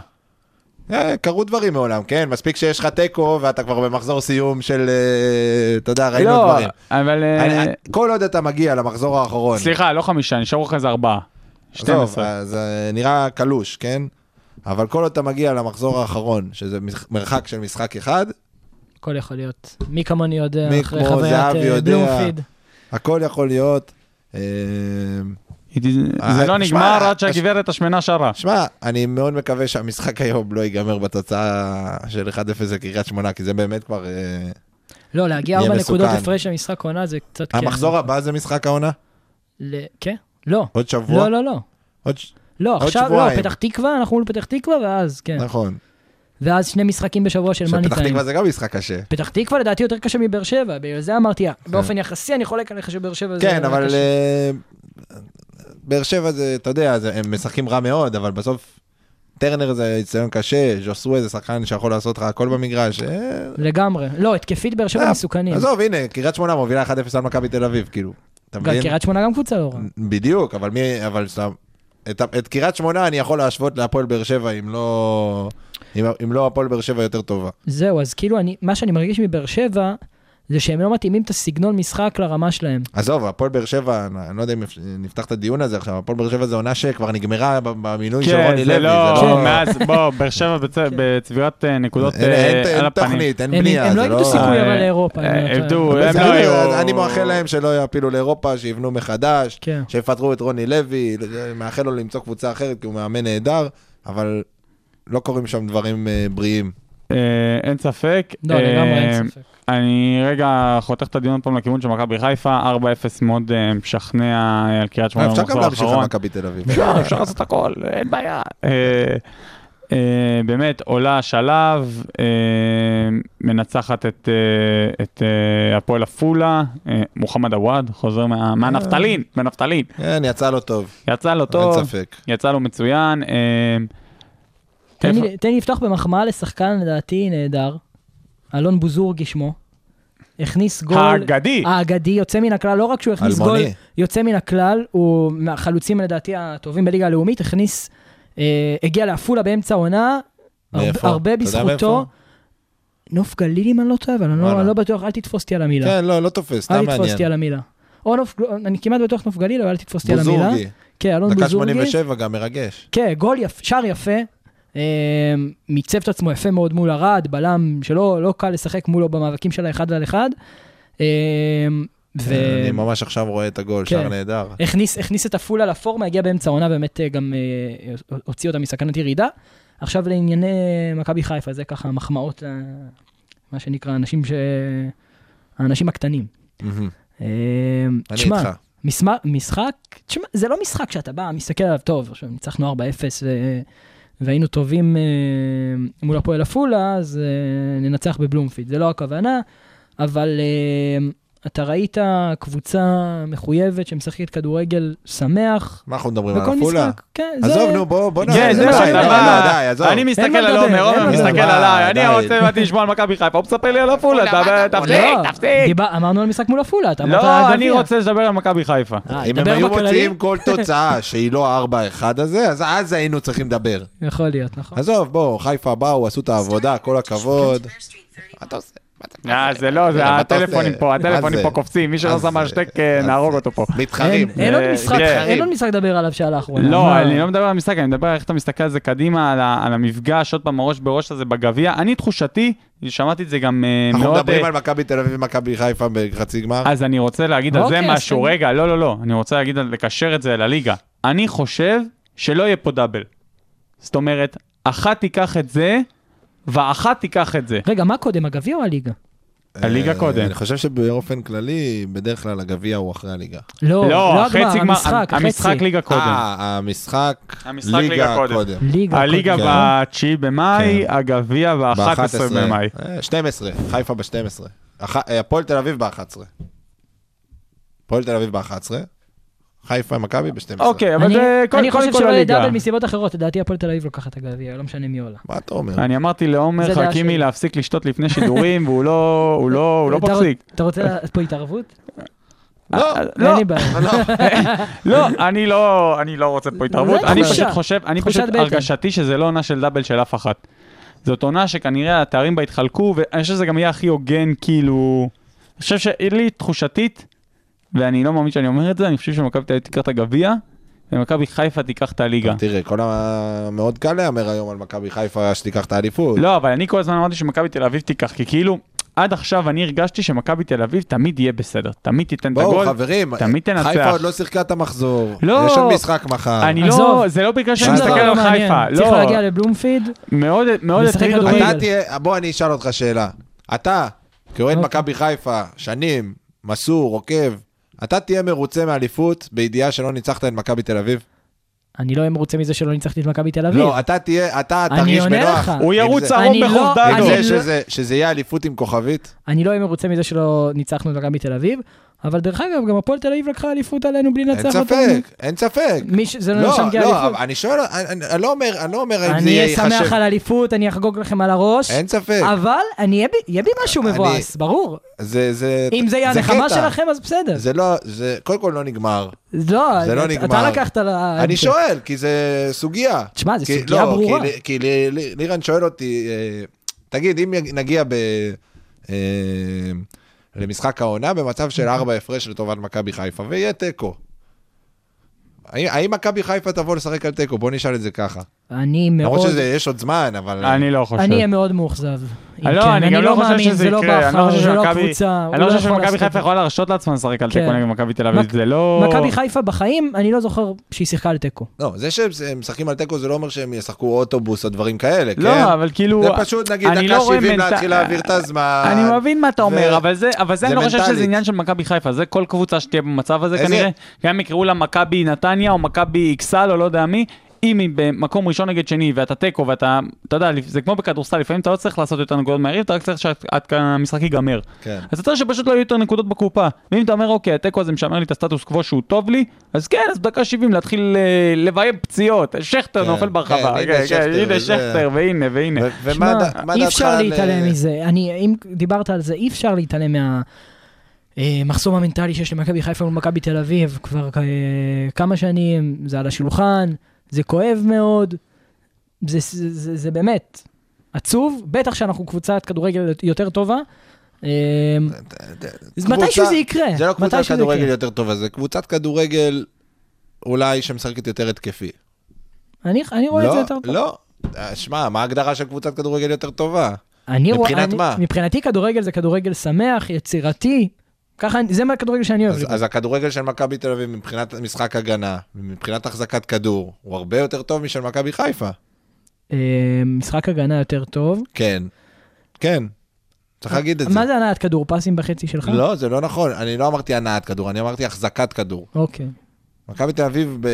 Speaker 6: אה, קרו דברים מעולם, כן? מספיק שיש לך תיקו ואתה כבר במחזור סיום של... אה, אתה יודע, ראינו
Speaker 4: לא,
Speaker 6: דברים.
Speaker 4: אבל... אה,
Speaker 6: אני- אני- כל עוד אתה מגיע למחזור האחרון.
Speaker 4: סליחה, לא חמישה, נשארו אחרי זה ארבעה.
Speaker 6: עזוב,
Speaker 4: 12.
Speaker 6: אז אה, נראה קלוש, כן? אבל כל עוד אתה מגיע למחזור האחרון, שזה מח- מרחק של משחק אחד,
Speaker 5: הכל יכול להיות. מי כמוני יודע,
Speaker 6: מי
Speaker 5: אחרי
Speaker 6: כמו
Speaker 5: חוויית
Speaker 6: זהבי
Speaker 5: אה,
Speaker 6: יודע.
Speaker 5: בלומפיד.
Speaker 6: הכל יכול להיות. אה,
Speaker 4: זה לא
Speaker 6: אה, שמע, אה,
Speaker 4: נגמר עד
Speaker 6: הש-
Speaker 4: שהגברת השמנה שרה.
Speaker 6: שמע, אני מאוד מקווה שהמשחק היום לא ייגמר בתוצאה של 1-0 לקריית שמונה, כי זה באמת כבר... אה,
Speaker 5: לא, להגיע
Speaker 6: יהיה
Speaker 5: ארבע נקודות
Speaker 6: מסוכן.
Speaker 5: הפרש למשחק עונה זה קצת... כן.
Speaker 6: המחזור הבא זה משחק העונה?
Speaker 5: ל- כן? לא.
Speaker 6: עוד שבוע?
Speaker 5: לא, לא, לא.
Speaker 6: עוד ש-
Speaker 5: לא,
Speaker 6: עוד
Speaker 5: עכשיו, לא,
Speaker 6: שבועיים.
Speaker 5: פתח תקווה, אנחנו מול פתח תקווה, ואז, כן.
Speaker 6: נכון.
Speaker 5: ואז שני משחקים בשבוע של מאני
Speaker 6: שפתח
Speaker 5: טיים.
Speaker 6: תקווה זה גם משחק קשה.
Speaker 5: פתח תקווה לדעתי יותר קשה מבאר שבע, בגלל זה אמרתי, אה, באופן יחסי אני חולק עליך שבאר שבע זה...
Speaker 6: כן, אבל
Speaker 5: קשה.
Speaker 6: אה, באר שבע זה, אתה יודע, זה- הם משחקים רע מאוד, אבל בסוף טרנר זה ניסיון קשה, ז'וסווה זה שחקן שיכול לעשות לך הכל במגרש. אה,
Speaker 5: לגמרי. לא, התקפית באר שבע
Speaker 6: אה,
Speaker 5: מסוכנים.
Speaker 6: עזוב, הנה, קריית שמונה מובילה 1-0 על מכבי תל אביב, כאילו. אתה
Speaker 5: גם
Speaker 6: מבין?
Speaker 5: קריית שמונה גם קבוצה לא רעה.
Speaker 6: בדיוק, אבל מי, אבל סתם. את ה- את קריית שמונה אני יכול להשוות להפועל באר שבע, אם לא... אם- אם לא הפועל באר שבע יותר טובה.
Speaker 5: זהו, אז כאילו, אני- מה שאני מרגיש מבאר שבע, זה שהם לא מתאימים את הסגנון משחק לרמה שלהם.
Speaker 6: עזוב, הפועל באר שבע, אני לא יודע אם נפתח את הדיון הזה עכשיו, הפועל באר שבע זה עונה שכבר נגמרה במינוי אה, של
Speaker 4: כן,
Speaker 6: רוני לוי. כן.
Speaker 4: זה לא...
Speaker 5: כן.
Speaker 4: מאז, בוא, באר שבע בצ- בצבירת אה, נקודות
Speaker 6: אין-
Speaker 4: אה,
Speaker 6: אין-
Speaker 4: על
Speaker 6: אין
Speaker 4: הפנים.
Speaker 6: תוכנית, אין
Speaker 5: הם-
Speaker 6: בנייה.
Speaker 5: הם לא
Speaker 6: זה
Speaker 5: איבדו סיכוי, אבל
Speaker 4: אה,
Speaker 5: לאירופה, אם
Speaker 4: אה,
Speaker 5: אני לא טועה.
Speaker 4: עבדו,
Speaker 6: אבל
Speaker 4: הם
Speaker 6: זה
Speaker 4: לא
Speaker 6: בסדר,
Speaker 4: היו...
Speaker 6: אני מאחל להם שלא יעפילו לאירופה, שיבנו מחדש,
Speaker 5: כן.
Speaker 6: שיפטרו את רוני לוי, מאחל לו למצוא קבוצה אחרת כי הוא מאמן נהדר, אבל לא קורים שם דברים אה, בריאים.
Speaker 4: אה, אין ספק.
Speaker 5: לא, לגמרי אין
Speaker 4: אה,
Speaker 5: ספק.
Speaker 4: אני רגע חותך את הדיון עוד פעם לכיוון של מכבי חיפה, 4-0 מאוד אה, משכנע אה, על קריית שמונה
Speaker 6: אפשר גם
Speaker 4: במחזור
Speaker 6: להמשיך
Speaker 4: האחרון.
Speaker 6: למכבי תל
Speaker 4: (laughs)
Speaker 6: אביב.
Speaker 4: אפשר, אפשר לעשות הכל, אין בעיה.
Speaker 6: (laughs)
Speaker 4: אה, אה, באמת, עולה שלב, אה, מנצחת את אה, את, אה, הפועל עפולה, אה, מוחמד עוואד, חוזר מה- מהנפטלין, מהנפטלין.
Speaker 6: כן, יצא לו טוב,
Speaker 4: יצא לו טוב,
Speaker 6: אה. אין ספק.
Speaker 4: יצא לו מצוין. אה,
Speaker 5: תן
Speaker 4: איפה-
Speaker 5: לי- תן לי לפתוח במחמאה לשחקן לדעתי נהדר, אלון בוזורגי שמו. הכניס גול.
Speaker 4: האגדי.
Speaker 5: האגדי, יוצא מן הכלל, לא רק שהוא הכניס גול,
Speaker 6: אלמוני.
Speaker 5: יוצא מן הכלל, הוא מהחלוצים לדעתי הטובים בליגה הלאומית, הכניס, אה, הגיע לעפולה באמצע העונה, הרבה-
Speaker 6: מאיפה?
Speaker 5: הרבה
Speaker 6: אתה יודע מאיפה?
Speaker 5: בזכותו. נוף גליל אם אני לא טועה, אבל אני לא-
Speaker 6: וואלה.
Speaker 5: אני לא בטוח, אל תתפוס אותי על המילה.
Speaker 6: כן, לא, לא תופס, סתם
Speaker 5: אל תתפוס אותי
Speaker 6: מעניין.
Speaker 5: על המילה. או נוף, גל- אני כמעט בטוח נוף גליל, אבל אל תתפוס אותי על המילה.
Speaker 6: בוזורגי,
Speaker 5: כן, אלון
Speaker 6: דקה
Speaker 5: בוזורגי.
Speaker 6: 87 גם מרגש.
Speaker 5: כן, גול יפה, שער יפה. אה, מיצב את עצמו יפה מאוד מול ארד, בלם שלא לא קל לשחק מולו במאבקים של האחד ועל אחד. אה, ו...
Speaker 6: כן, אני ממש עכשיו רואה את הגול, שער
Speaker 5: כן.
Speaker 6: נהדר.
Speaker 5: הכניס, הכניס את עפולה לפורמה, הגיע באמצע העונה, באמת אה, גם אה, הוציא אותה מסכנת ירידה. עכשיו לענייני מכבי חיפה, זה ככה מחמאות, אה, מה שנקרא, אנשים ש... האנשים הקטנים.
Speaker 6: מהמם.
Speaker 5: אה,
Speaker 6: אני
Speaker 5: תשמע,
Speaker 6: איתך.
Speaker 5: משמע- משחק, תשמע, זה לא משחק שאתה בא, מסתכל עליו טוב, עכשיו ניצחנו 4-0 ו... והיינו טובים אה, מול הפועל עפולה, אז אה, ננצח בבלומפיד, זה לא הכוונה, אבל אה, אתה ראית קבוצה מחויבת שמשחקת כדורגל שמח.
Speaker 6: מה אנחנו מדברים על
Speaker 5: בכל
Speaker 6: עפולה?
Speaker 5: משחק, כן, זה...
Speaker 6: עזוב, נו, בוא, בוא
Speaker 4: כן,
Speaker 5: זה
Speaker 4: זהו,
Speaker 5: מה שאני
Speaker 4: אתה
Speaker 5: אומר.
Speaker 4: בא-
Speaker 6: לא, די, עזוב.
Speaker 4: אני מסתכל
Speaker 5: אין מה
Speaker 4: על
Speaker 5: לדבר,
Speaker 4: עומר,
Speaker 5: אין
Speaker 4: עומר
Speaker 5: מה
Speaker 4: מסתכל
Speaker 6: לדבר.
Speaker 4: עליי, אני
Speaker 6: די.
Speaker 4: רוצה, באתי לשמוע על מכבי חיפה, הוא מספר לי על עפולה, אתה- תפסיק,
Speaker 5: לא,
Speaker 4: תפסיק.
Speaker 5: דיבר- אמרנו על משחק מול עפולה, אתה אמרת על
Speaker 4: לא,
Speaker 5: גביע.
Speaker 4: אני רוצה לדבר על מכבי חיפה.
Speaker 5: אה,
Speaker 6: אם הם
Speaker 5: דבר
Speaker 6: היו
Speaker 5: בכללי?
Speaker 6: מוציאים כל תוצאה שהיא לא 4-1 הזה, אז אז היינו צריכים לדבר.
Speaker 5: יכול להיות, נכון.
Speaker 6: עזוב, בוא, חיפה באו, עשו את העבודה, כל הכבוד. מה אתה עושה? מה אתה-
Speaker 4: אה, זה לא, זה
Speaker 6: מה אתה עושה?
Speaker 4: הטלפונים פה,
Speaker 6: מה
Speaker 4: הטלפונים
Speaker 6: זה?
Speaker 4: פה קופצים, מי שלא
Speaker 6: מה
Speaker 4: שם על
Speaker 6: זה?
Speaker 4: שטק, אה,
Speaker 6: מה
Speaker 4: נהרוג
Speaker 6: זה?
Speaker 4: אותו פה.
Speaker 6: מתחרים.
Speaker 5: אין אין עוד
Speaker 4: אה,
Speaker 5: משחק,
Speaker 4: כן.
Speaker 5: אין עוד משחק לדבר עליו שהיה לאחרונה.
Speaker 4: לא,
Speaker 5: מה?
Speaker 4: אני לא מדבר על המשחק, אני מדבר על איך אתה מסתכל על זה קדימה, על ה- על המפגש, עוד פעם, הראש בראש הזה בגביע. אני, תחושתי, שמעתי את זה גם אה, מאוד...
Speaker 6: אנחנו מדברים
Speaker 4: אה,
Speaker 6: על מכבי תל אביב ומכבי חיפה בחצי גמר.
Speaker 4: אז אני רוצה להגיד על זה
Speaker 5: אוקיי, אז
Speaker 4: משהו,
Speaker 5: תגיד.
Speaker 4: רגע, לא, לא, לא, אני רוצה להגיד, על- לקשר את זה לליגה. אני חושב שלא יהיה פה דאבל. זאת אומרת, אחת תיקח את זה, ואחת תיקח את זה.
Speaker 5: רגע, מה קודם, הגביע או הליגה?
Speaker 4: הליגה
Speaker 6: אה,
Speaker 4: קודם.
Speaker 6: אני חושב שבאופן כללי, בדרך כלל הגביע הוא אחרי הליגה.
Speaker 5: לא,
Speaker 4: לא,
Speaker 5: לא
Speaker 4: החצי
Speaker 5: הגמר,
Speaker 4: גמר,
Speaker 5: המשחק,
Speaker 4: המשחק
Speaker 5: החצי.
Speaker 4: ליגה קודם.
Speaker 6: אה, המשחק,
Speaker 4: המשחק ליגה
Speaker 6: ליגה
Speaker 4: קודם.
Speaker 6: קודם.
Speaker 5: ליגה.
Speaker 4: הליגה
Speaker 5: קודם.
Speaker 4: ב-9 במאי, הגביע ב-11
Speaker 6: כן. ב-11
Speaker 4: במאי.
Speaker 6: אה, 12, חיפה ב-12. אה, הפועל תל אביב ב-11. הפועל תל אביב ב-11. חיפה מכבי ב-12.
Speaker 4: אוקיי, אבל
Speaker 5: אני-
Speaker 4: זה קודם
Speaker 5: אני
Speaker 4: כל
Speaker 5: חושב
Speaker 4: כל
Speaker 5: שלא יהיה
Speaker 4: הליגה.
Speaker 5: דאבל מסיבות אחרות, לדעתי הפועל תל אביב לוקחת את הגביע, לא משנה מי עולה.
Speaker 6: מה אתה אומר?
Speaker 4: אני אמרתי לעומר
Speaker 5: זה דעה
Speaker 4: חכימי
Speaker 5: שלי.
Speaker 4: להפסיק לשתות לפני שידורים, והוא לא, הוא לא, הוא לא
Speaker 5: (laughs) אתה רוצ-
Speaker 4: מפסיק.
Speaker 5: אתה רוצה לעשות פה התערבות?
Speaker 4: לא,
Speaker 5: אין
Speaker 4: לא,
Speaker 5: לי בעיה.
Speaker 4: לא, אני לא, אני לא רוצה פה התערבות.
Speaker 5: אולי
Speaker 4: אני
Speaker 5: תחושה.
Speaker 4: פשוט חושב, אני
Speaker 5: תחושת
Speaker 4: פשוט
Speaker 5: בטן.
Speaker 4: הרגשתי שזה לא עונה של דאבל של אף אחת. זאת עונה שכנראה התארים בה התחלקו, ואני חושב שזה גם יהיה הכי הוגן, כאילו... אני חושב שלי תחושתית, ואני לא מאמין שאני אומר את זה, אני חושב שמכבי תל אביב תיקח את הגביע, ומכבי חיפה תיקח את הליגה.
Speaker 6: תראה, כל ה... מאוד קל להמר היום על מכבי חיפה שתיקח את האליפות.
Speaker 4: לא, אבל אני כל הזמן אמרתי שמכבי תל אביב תיקח, כי כאילו, עד עכשיו אני הרגשתי שמכבי תל אביב תמיד יהיה בסדר, תמיד תיתן את הגול.
Speaker 6: בואו, חברים,
Speaker 4: תמיד תנצח.
Speaker 6: חיפה עוד לא שיחקה את המחזור.
Speaker 4: לא.
Speaker 6: יש עוד משחק מחר.
Speaker 4: אני לא,
Speaker 5: עזוב.
Speaker 4: זה לא בגלל שאני
Speaker 5: שום
Speaker 6: מה אתה-
Speaker 4: מסתכל
Speaker 5: דבר לא
Speaker 4: על
Speaker 5: מעניין.
Speaker 4: חיפה,
Speaker 5: צריך
Speaker 4: לא,
Speaker 5: להגיע לבלומפיד.
Speaker 4: מאוד מאוד
Speaker 5: לשחק
Speaker 4: הטריד אותי.
Speaker 5: כדורגל.
Speaker 6: אתה תהיה... בוא, אני אשאל אותך שאלה. אתה, כאוהד
Speaker 5: אוקיי.
Speaker 6: מכבי חיפה, שנים, מסור, עוקב, אתה תהיה מרוצה מאליפות בידיעה שלא ניצחת את מכבי תל אביב?
Speaker 5: אני לא אהיה מרוצה מזה שלא ניצחתי את מכבי תל אביב.
Speaker 6: לא, אתה תהיה, אתה
Speaker 5: אני
Speaker 6: תרגיש
Speaker 5: עונה
Speaker 6: בנוח.
Speaker 5: לך.
Speaker 6: עם
Speaker 4: הוא ירוץ
Speaker 6: זה-
Speaker 4: ארוך
Speaker 5: אני לא-
Speaker 4: בחוף
Speaker 5: אני
Speaker 6: עם
Speaker 4: דדו.
Speaker 6: זה
Speaker 5: לא-
Speaker 6: שזה- שזה יהיה אליפות עם כוכבית?
Speaker 5: אני לא אהיה מרוצה מזה שלא ניצחנו את מכבי תל אביב, אבל דרך אגב, גם הפועל תל אביב לקחה אליפות עלינו בלי
Speaker 6: אין
Speaker 5: לנצח אותנו.
Speaker 6: ספק, אין ספק.
Speaker 5: מי ש- זה לא
Speaker 6: לא,
Speaker 5: שם גאה
Speaker 6: לא, אבל
Speaker 5: אליפות.
Speaker 6: אני שואל, אני- אני אני לא אומר, אני לא אומר אם זה
Speaker 5: אני
Speaker 6: יהיה
Speaker 5: אהיה שמח
Speaker 6: ייחשב.
Speaker 5: על אליפות, אני אחגוג לכם על הראש,
Speaker 6: אין ספק.
Speaker 5: אבל אני אהיה בי- יהיה בי משהו
Speaker 6: אני-
Speaker 5: מבואס, ברור.
Speaker 6: זה, זה,
Speaker 5: אם זה יהיה
Speaker 6: קטע.
Speaker 5: הנחמה שלכם, אז בסדר.
Speaker 6: זה לא, זה, קודם כל לא נגמר.
Speaker 5: לא,
Speaker 6: זה לא
Speaker 5: אתה-
Speaker 6: נגמר.
Speaker 5: אתה לקחת ל...
Speaker 6: אני שואל, כי זה סוגיה.
Speaker 5: כן. תשמע, זו
Speaker 6: כי-
Speaker 5: סוגיה
Speaker 6: לא,
Speaker 5: ברורה.
Speaker 6: כי- כי ל- ל- לירן שואל אותי, אה, תגיד, אם יג- נגיע ב... אה, למשחק העונה במצב של ארבע הפרש לטובת מכבי חיפה, ויהיה תיקו. האם האם מכבי חיפה תבוא לשחק על תיקו? בוא נשאל את זה ככה.
Speaker 5: אני מאוד...
Speaker 6: למרות שיש עוד זמן, אבל... אה,
Speaker 4: אני לא חושב.
Speaker 5: אני אהיה מאוד מאוכזב. אם
Speaker 4: לא,
Speaker 5: כן.
Speaker 4: אני גם לא חושב
Speaker 5: מאמין,
Speaker 4: שזה
Speaker 5: זה לא
Speaker 4: יקרה, אני לא
Speaker 5: בכר,
Speaker 4: חושב
Speaker 5: זה לא
Speaker 4: שמכבי-
Speaker 5: הקבוצה. הוא
Speaker 4: אני לא חושב
Speaker 5: יכול
Speaker 4: שמכבי
Speaker 5: לעשות את
Speaker 4: חיפה
Speaker 5: זה.
Speaker 4: יכולה להרשות לעצמה לשחק על תיקו
Speaker 5: כן.
Speaker 4: נגד מכבי תל אביב,
Speaker 5: מק-
Speaker 4: זה לא...
Speaker 5: מכבי חיפה בחיים, אני לא זוכר שהיא שיחקה על תיקו.
Speaker 6: לא, זה שהם משחקים על תיקו זה לא אומר שהם ישחקו אוטובוס או דברים כאלה, כן?
Speaker 4: לא, אבל כאילו...
Speaker 6: זה פשוט, נגיד,
Speaker 4: אני
Speaker 6: דקה
Speaker 4: לא רואה
Speaker 6: 70
Speaker 4: מנט-
Speaker 6: להתחיל להעביר את הזמן.
Speaker 4: אני מבין מה אתה
Speaker 6: ו-
Speaker 4: אומר, אבל זה, אבל זה
Speaker 6: זה
Speaker 4: אני לא חושב שזה
Speaker 6: מנטלית.
Speaker 4: עניין של מכבי חיפה, זה כל קבוצה שתהיה במצב הזה
Speaker 6: איזה-
Speaker 4: כנראה, גם יקראו לה מכבי נתניה או מכבי איקסל או לא יודע מי, אם היא במקום ראשון נגד שני ואתה תיקו ואתה, אתה יודע, זה כמו בכדורסל, לפעמים אתה לא צריך לעשות יותר נקודות מהיריב, אתה רק צריך שהמשחק ייגמר.
Speaker 6: כן.
Speaker 4: אז אתה צריך שפשוט לא יהיו יותר נקודות בקופה. ואם אתה אומר, אוקיי, התיקו הזה משמר לי את הסטטוס קוו שהוא טוב לי, אז כן, אז בדקה 70 להתחיל אה, לביים פציעות. שכטר
Speaker 6: כן,
Speaker 4: נופל ברחבה.
Speaker 6: כן, הנה
Speaker 4: כן, כן,
Speaker 6: שכטר,
Speaker 4: הנה
Speaker 6: וזה-
Speaker 4: שכטר, והנה, והנה.
Speaker 6: ו- ומה
Speaker 5: שמע,
Speaker 6: ד- מה
Speaker 5: לא, אי
Speaker 6: דעתך
Speaker 5: אפשר
Speaker 6: על- אה,
Speaker 5: להתעלם מזה. אני, אם דיברת על זה, אי אפשר להתעלם מהמחסום המנטלי שיש למכבי חיפה מול מכבי תל אביב כבר אה, כמה שנים, זה על השולחן, זה כואב מאוד, זה, זה, זה, זה באמת עצוב, בטח שאנחנו קבוצת כדורגל יותר טובה. אה, אז
Speaker 6: קבוצה-
Speaker 5: מתישהו זה יקרה.
Speaker 6: זה לא קבוצת
Speaker 5: מתישהו
Speaker 6: כדורגל
Speaker 5: יקרה.
Speaker 6: יותר טובה, זה קבוצת כדורגל אולי שמשחקת יותר התקפי.
Speaker 5: אני, אני רואה את זה
Speaker 6: לא,
Speaker 5: יותר טוב.
Speaker 6: לא. אה, שמע, מה ההגדרה של קבוצת כדורגל יותר טובה?
Speaker 5: אני רואה-
Speaker 6: מבחינת
Speaker 5: אני-
Speaker 6: מה?
Speaker 5: מבחינתי כדורגל זה כדורגל שמח, יצירתי. ככה, אני- זה מה הכדורגל שאני אוהב.
Speaker 6: אז-
Speaker 5: לראות.
Speaker 6: אז הכדורגל של מכבי תל אביב מבחינת משחק הגנה, מבחינת החזקת כדור, הוא הרבה יותר טוב משל מכבי חיפה.
Speaker 5: אה, משחק הגנה יותר טוב.
Speaker 6: כן. כן. צריך להגיד את זה.
Speaker 5: אה, מה זה הנעת כדור? פסים בחצי שלך?
Speaker 6: לא, זה לא נכון. אני לא אמרתי הנעת כדור, אני אמרתי החזקת כדור.
Speaker 5: אוקיי.
Speaker 6: מכבי תל אביב ב...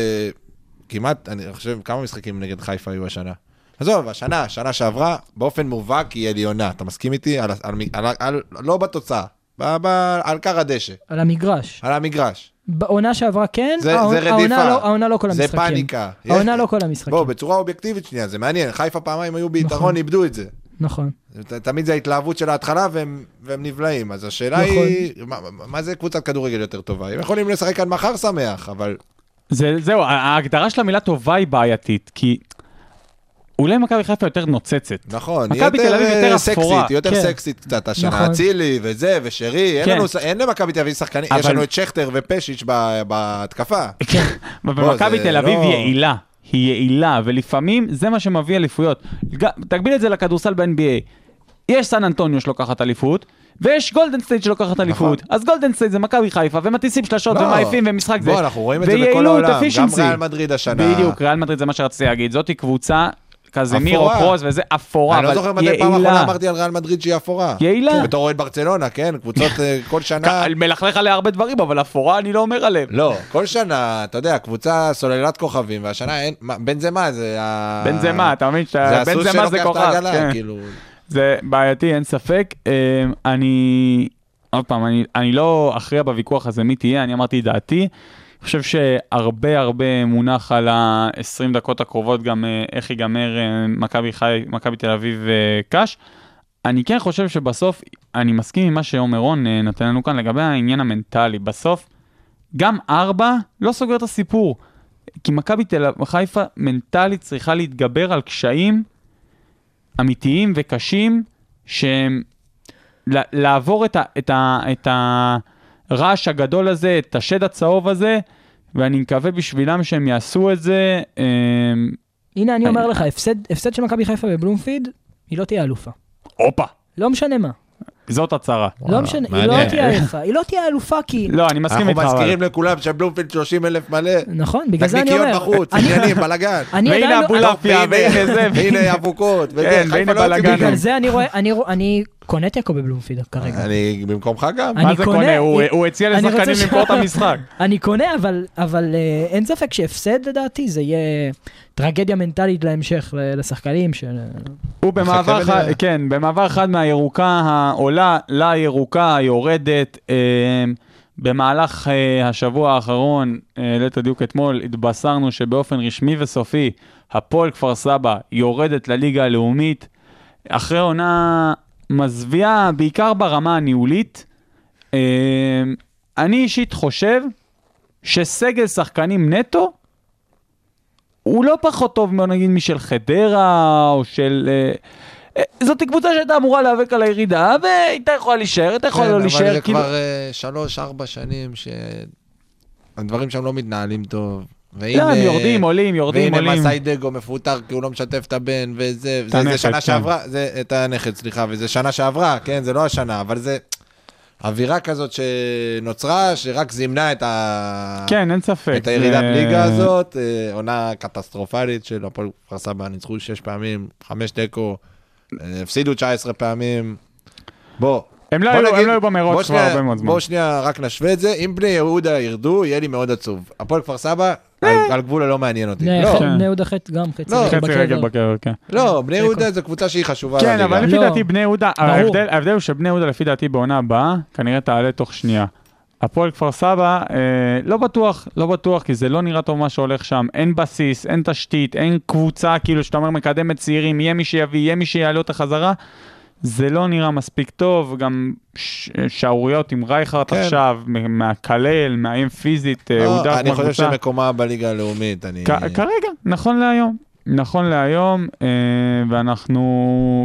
Speaker 6: כמעט, אני חושב, כמה משחקים נגד חיפה היו השנה? עזוב, השנה, שנה שעברה, באופן מובהק היא עליונה. אתה מסכים איתי? על, על, על, על, לא בתוצאה, ב- ב- על קר הדשא,
Speaker 5: על המגרש.
Speaker 6: על המגרש.
Speaker 5: בעונה שעברה כן,
Speaker 6: זה-
Speaker 5: העונה-
Speaker 6: זה רדיפה.
Speaker 5: העונה לא- העונה לא כל
Speaker 6: זה
Speaker 5: המשחקים.
Speaker 6: פאניקה.
Speaker 5: העונה
Speaker 6: יש-
Speaker 5: לא כל המשחקים.
Speaker 6: בוא, בצורה אובייקטיבית שנייה, זה מעניין, חיפה פעמיים היו
Speaker 5: נכון.
Speaker 6: ביתרון, איבדו את זה.
Speaker 5: נכון.
Speaker 6: ת- תמיד זה ההתלהבות של ההתחלה והם, והם נבלעים. אז השאלה
Speaker 5: נכון.
Speaker 6: היא, מה, מה- מה זה קבוצת כדורגל יותר טובה? הם יכולים לשחק כאן מחר שמח, אבל
Speaker 4: זה, זהו, ההגדרה של המילה טובה היא בעייתית, כי אולי מכבי חיפה יותר נוצצת.
Speaker 6: נכון, היא
Speaker 4: מכבי תל אביב יותר
Speaker 6: אה,
Speaker 4: אפורה,
Speaker 6: סקסית, היא יותר
Speaker 4: כן.
Speaker 6: סקסית קצת השנה.
Speaker 5: נכון.
Speaker 6: אצילי וזה ושרי, אין
Speaker 4: כן.
Speaker 6: לנו ס- אין למכבי תל אביב שחקנים, יש
Speaker 4: אבל-
Speaker 6: לנו את שכטר ופשיץ' ב- בהתקפה.
Speaker 4: (laughs)
Speaker 6: בוא,
Speaker 4: ומכבי
Speaker 6: זה
Speaker 4: תל אביב
Speaker 6: כן. לא-
Speaker 4: יעילה, היא יעילה, ולפעמים זה מה שמביא אליפויות. ג- תגביל את זה לכדורסל ב-NBA. יש סן אנטוניו שלוקחת אליפות, ויש גולדן סטייט שלוקחת אליפות. אז גולדן סטייט זה מכבי חיפה, ומטיסים שלשות,
Speaker 6: נכון. לא.
Speaker 4: ומעיפים, ומשחק זה.
Speaker 6: בוא, אנחנו רואים את זה בכל
Speaker 4: ויעילות,
Speaker 6: העולם, גם
Speaker 4: efficiency.
Speaker 6: ריאל מדריד השנה.
Speaker 4: בדיוק, ריאל מדריד זה מה שרציתי להגיד. זאתי קבוצה, קזמירו,
Speaker 6: אפורה.
Speaker 4: פרוס וזה, אפורה,
Speaker 6: אני
Speaker 4: אבל
Speaker 6: לא זוכר מתי פעם אחרונה
Speaker 4: יעילה.
Speaker 6: אמרתי על ריאל מדריד שהיא אפורה. כן,
Speaker 4: יעילה.
Speaker 6: בתור אוהד ברצלונה, כן? קבוצות אה, כל שנה...
Speaker 4: אני מלכלך עליה הרבה דברים, אבל אפורה אני לא אומר עליהם.
Speaker 6: לא, כל שנה, אתה יודע, קבוצה סוללת כוכבים, והשנה אין... מה, בנזמה זה ה...
Speaker 4: בנזמה, אתה מבין? שאתה-
Speaker 6: זה הסוס
Speaker 4: בנזמה זה
Speaker 6: שלוקח את
Speaker 4: כוכב, כן.
Speaker 6: העגלה, כאילו.
Speaker 4: זה בעייתי, אין ספק. אמ, אני, עוד פעם, אני, אני לא אכריע בוויכוח הזה מי תהיה, אני אמרתי את דעתי. אני חושב שהרבה הרבה מונח על ה-20 דקות הקרובות גם אה, איך ייגמר אה, מכבי חי- מכבי תל אביב אה, קאש. אני כן חושב שבסוף, אני מסכים עם מה שעומר רון אה, נותן לנו כאן לגבי העניין המנטלי. בסוף, גם ארבע לא סוגר את הסיפור. כי מכבי תל אביב, חיפה מנטלית צריכה להתגבר על קשיים אמיתיים וקשים, שהם ל- לעבור את, ה, את, ה, את הרעש הגדול הזה, את השד הצהוב הזה, ואני מקווה בשבילם שהם יעשו את זה. אה,
Speaker 5: הנה, אני אומר
Speaker 4: אני-
Speaker 5: לך, הפסד- הפסד של מכבי חיפה בבלומפיד, היא לא תהיה אלופה.
Speaker 4: הופה,
Speaker 5: לא משנה מה.
Speaker 4: זאת הצהרה.
Speaker 5: לא משנה, היא
Speaker 6: מעניין.
Speaker 5: לא תהיה אלופה. היא לא תהיה אלופה כי...
Speaker 4: לא, אני מסכים
Speaker 6: אנחנו
Speaker 4: איתך.
Speaker 6: מזכירים לכולם שבלומפילד 30 אלף מלא.
Speaker 5: נכון, בגלל זה אני
Speaker 6: נקניקיות
Speaker 5: אומר.
Speaker 6: בחוץ,
Speaker 5: אני-
Speaker 6: עניינים, בלאגן.
Speaker 5: אני
Speaker 4: והנה
Speaker 5: עדיין לא-
Speaker 4: הבולאפ. קלפיה, והנה זה, והנה-
Speaker 6: והנה אבוקות, וזה,
Speaker 4: כן, והנה
Speaker 6: חיפה לא יוצאים
Speaker 4: בלאגן.
Speaker 6: מזה.
Speaker 5: בגלל זה אני רואה, אני רוא- אני קונה תיקו בבלומפיד כרגע.
Speaker 6: אני במקומך גם.
Speaker 5: אני
Speaker 4: מה זה
Speaker 5: קונה,
Speaker 4: קונה? הוא-
Speaker 5: אני-
Speaker 4: הוא הציע
Speaker 5: אני
Speaker 4: לשחקנים
Speaker 5: רוצה ש- (laughs)
Speaker 4: למכור את המשחק.
Speaker 5: אני קונה, אבל, אבל אה, אין ספק שהפסד לדעתי זה יהיה טרגדיה מנטלית להמשך ל- לשחקנים של...
Speaker 4: לא. הוא במעבר
Speaker 6: מחכה
Speaker 4: חד,
Speaker 6: ונראה.
Speaker 4: כן, במעבר חד מהירוקה העולה לירוקה היורדת. אה, במהלך אה, השבוע האחרון, אה, ליתר דיוק אתמול, התבשרנו שבאופן רשמי וסופי, הפועל כפר סבא יורדת לליגה הלאומית, אחרי עונה מזוויעה, בעיקר ברמה הניהולית. אה, אני אישית חושב שסגל שחקנים נטו הוא לא פחות טוב, בוא נגיד, משל חדרה, או של... אה, אה, זאת קבוצה שהייתה אמורה להיאבק על הירידה, והייתה יכולה להישאר, הייתה יכולה
Speaker 6: כן,
Speaker 4: לא
Speaker 6: אבל
Speaker 4: להישאר.
Speaker 6: זה
Speaker 4: כאילו-
Speaker 6: כבר אה, שלוש, ארבע שנים שהדברים שם לא מתנהלים טוב. והנה-
Speaker 4: לא, הם יורדים, עולים, יורדים,
Speaker 6: אה, והנה
Speaker 4: עולים.
Speaker 6: מסאי דגו מפוטר כי הוא לא משתף את הבן, וזה,
Speaker 4: את
Speaker 6: זה,
Speaker 4: הנכד,
Speaker 6: זה שנה
Speaker 4: כן.
Speaker 6: שעברה, זה, את הנכד, סליחה, וזה שנה שעברה, כן, זה לא השנה, אבל זה אווירה כזאת שנוצרה, שרק זימנה את, ה...
Speaker 4: כן, אין ספק.
Speaker 6: את הירידה
Speaker 4: זה-
Speaker 6: בליגה הזאת, אה, עונה קטסטרופלית של הפועל כפר סבא, ניצחו שש פעמים, חמש תיקו, אה, הפסידו 19 פעמים. בוא.
Speaker 4: הם לא
Speaker 6: בוא
Speaker 4: היו- הם
Speaker 6: נגיד-
Speaker 4: לא היו במרוץ כבר
Speaker 6: בוא שנייה-
Speaker 4: הרבה מאוד זמן.
Speaker 6: בוא שנייה רק נשווה את זה, אם בני יהודה ירדו, יהיה לי מאוד עצוב. הפועל כפר סבא, על
Speaker 4: אה.
Speaker 6: על גבול הלא מעניין אותי.
Speaker 5: נה,
Speaker 6: לא,
Speaker 5: ח-
Speaker 4: כן.
Speaker 5: נהודה חטא גם חצי
Speaker 6: לא.
Speaker 5: רגל
Speaker 4: חצי רגל
Speaker 5: בקבר.
Speaker 4: בקרב, כן.
Speaker 6: לא,
Speaker 5: אה,
Speaker 6: בני יהודה זו קבוצה שהיא חשובה אה?
Speaker 4: כן,
Speaker 6: לליגה.
Speaker 4: אבל לפי
Speaker 5: לא.
Speaker 4: דעתי בני יהודה,
Speaker 5: ברור.
Speaker 4: ההבדל ההבדל הוא שבני יהודה לפי דעתי בעונה הבאה, כנראה תעלה תוך שנייה. הפועל כפר סבא, אה, לא בטוח, לא בטוח, כי זה לא נראה טוב מה שהולך שם. אין בסיס, אין תשתית, אין קבוצה, כאילו, שאתה אומר מקדמת צעירים, יהיה מי שיביא, יהיה מי שיעלה אותה חזרה. זה לא נראה מספיק טוב, גם ש- אה, שערוריות עם רייכרד
Speaker 6: כן.
Speaker 4: עכשיו, מ- מהקלל, מאיים פיזית, אה,
Speaker 6: לא,
Speaker 4: הודח
Speaker 6: אני חושב
Speaker 4: מהקבוצה.
Speaker 6: שמקומה בליגה הלאומית, אני...
Speaker 4: כ- כרגע, נכון להיום. נכון להיום, אה, ואנחנו,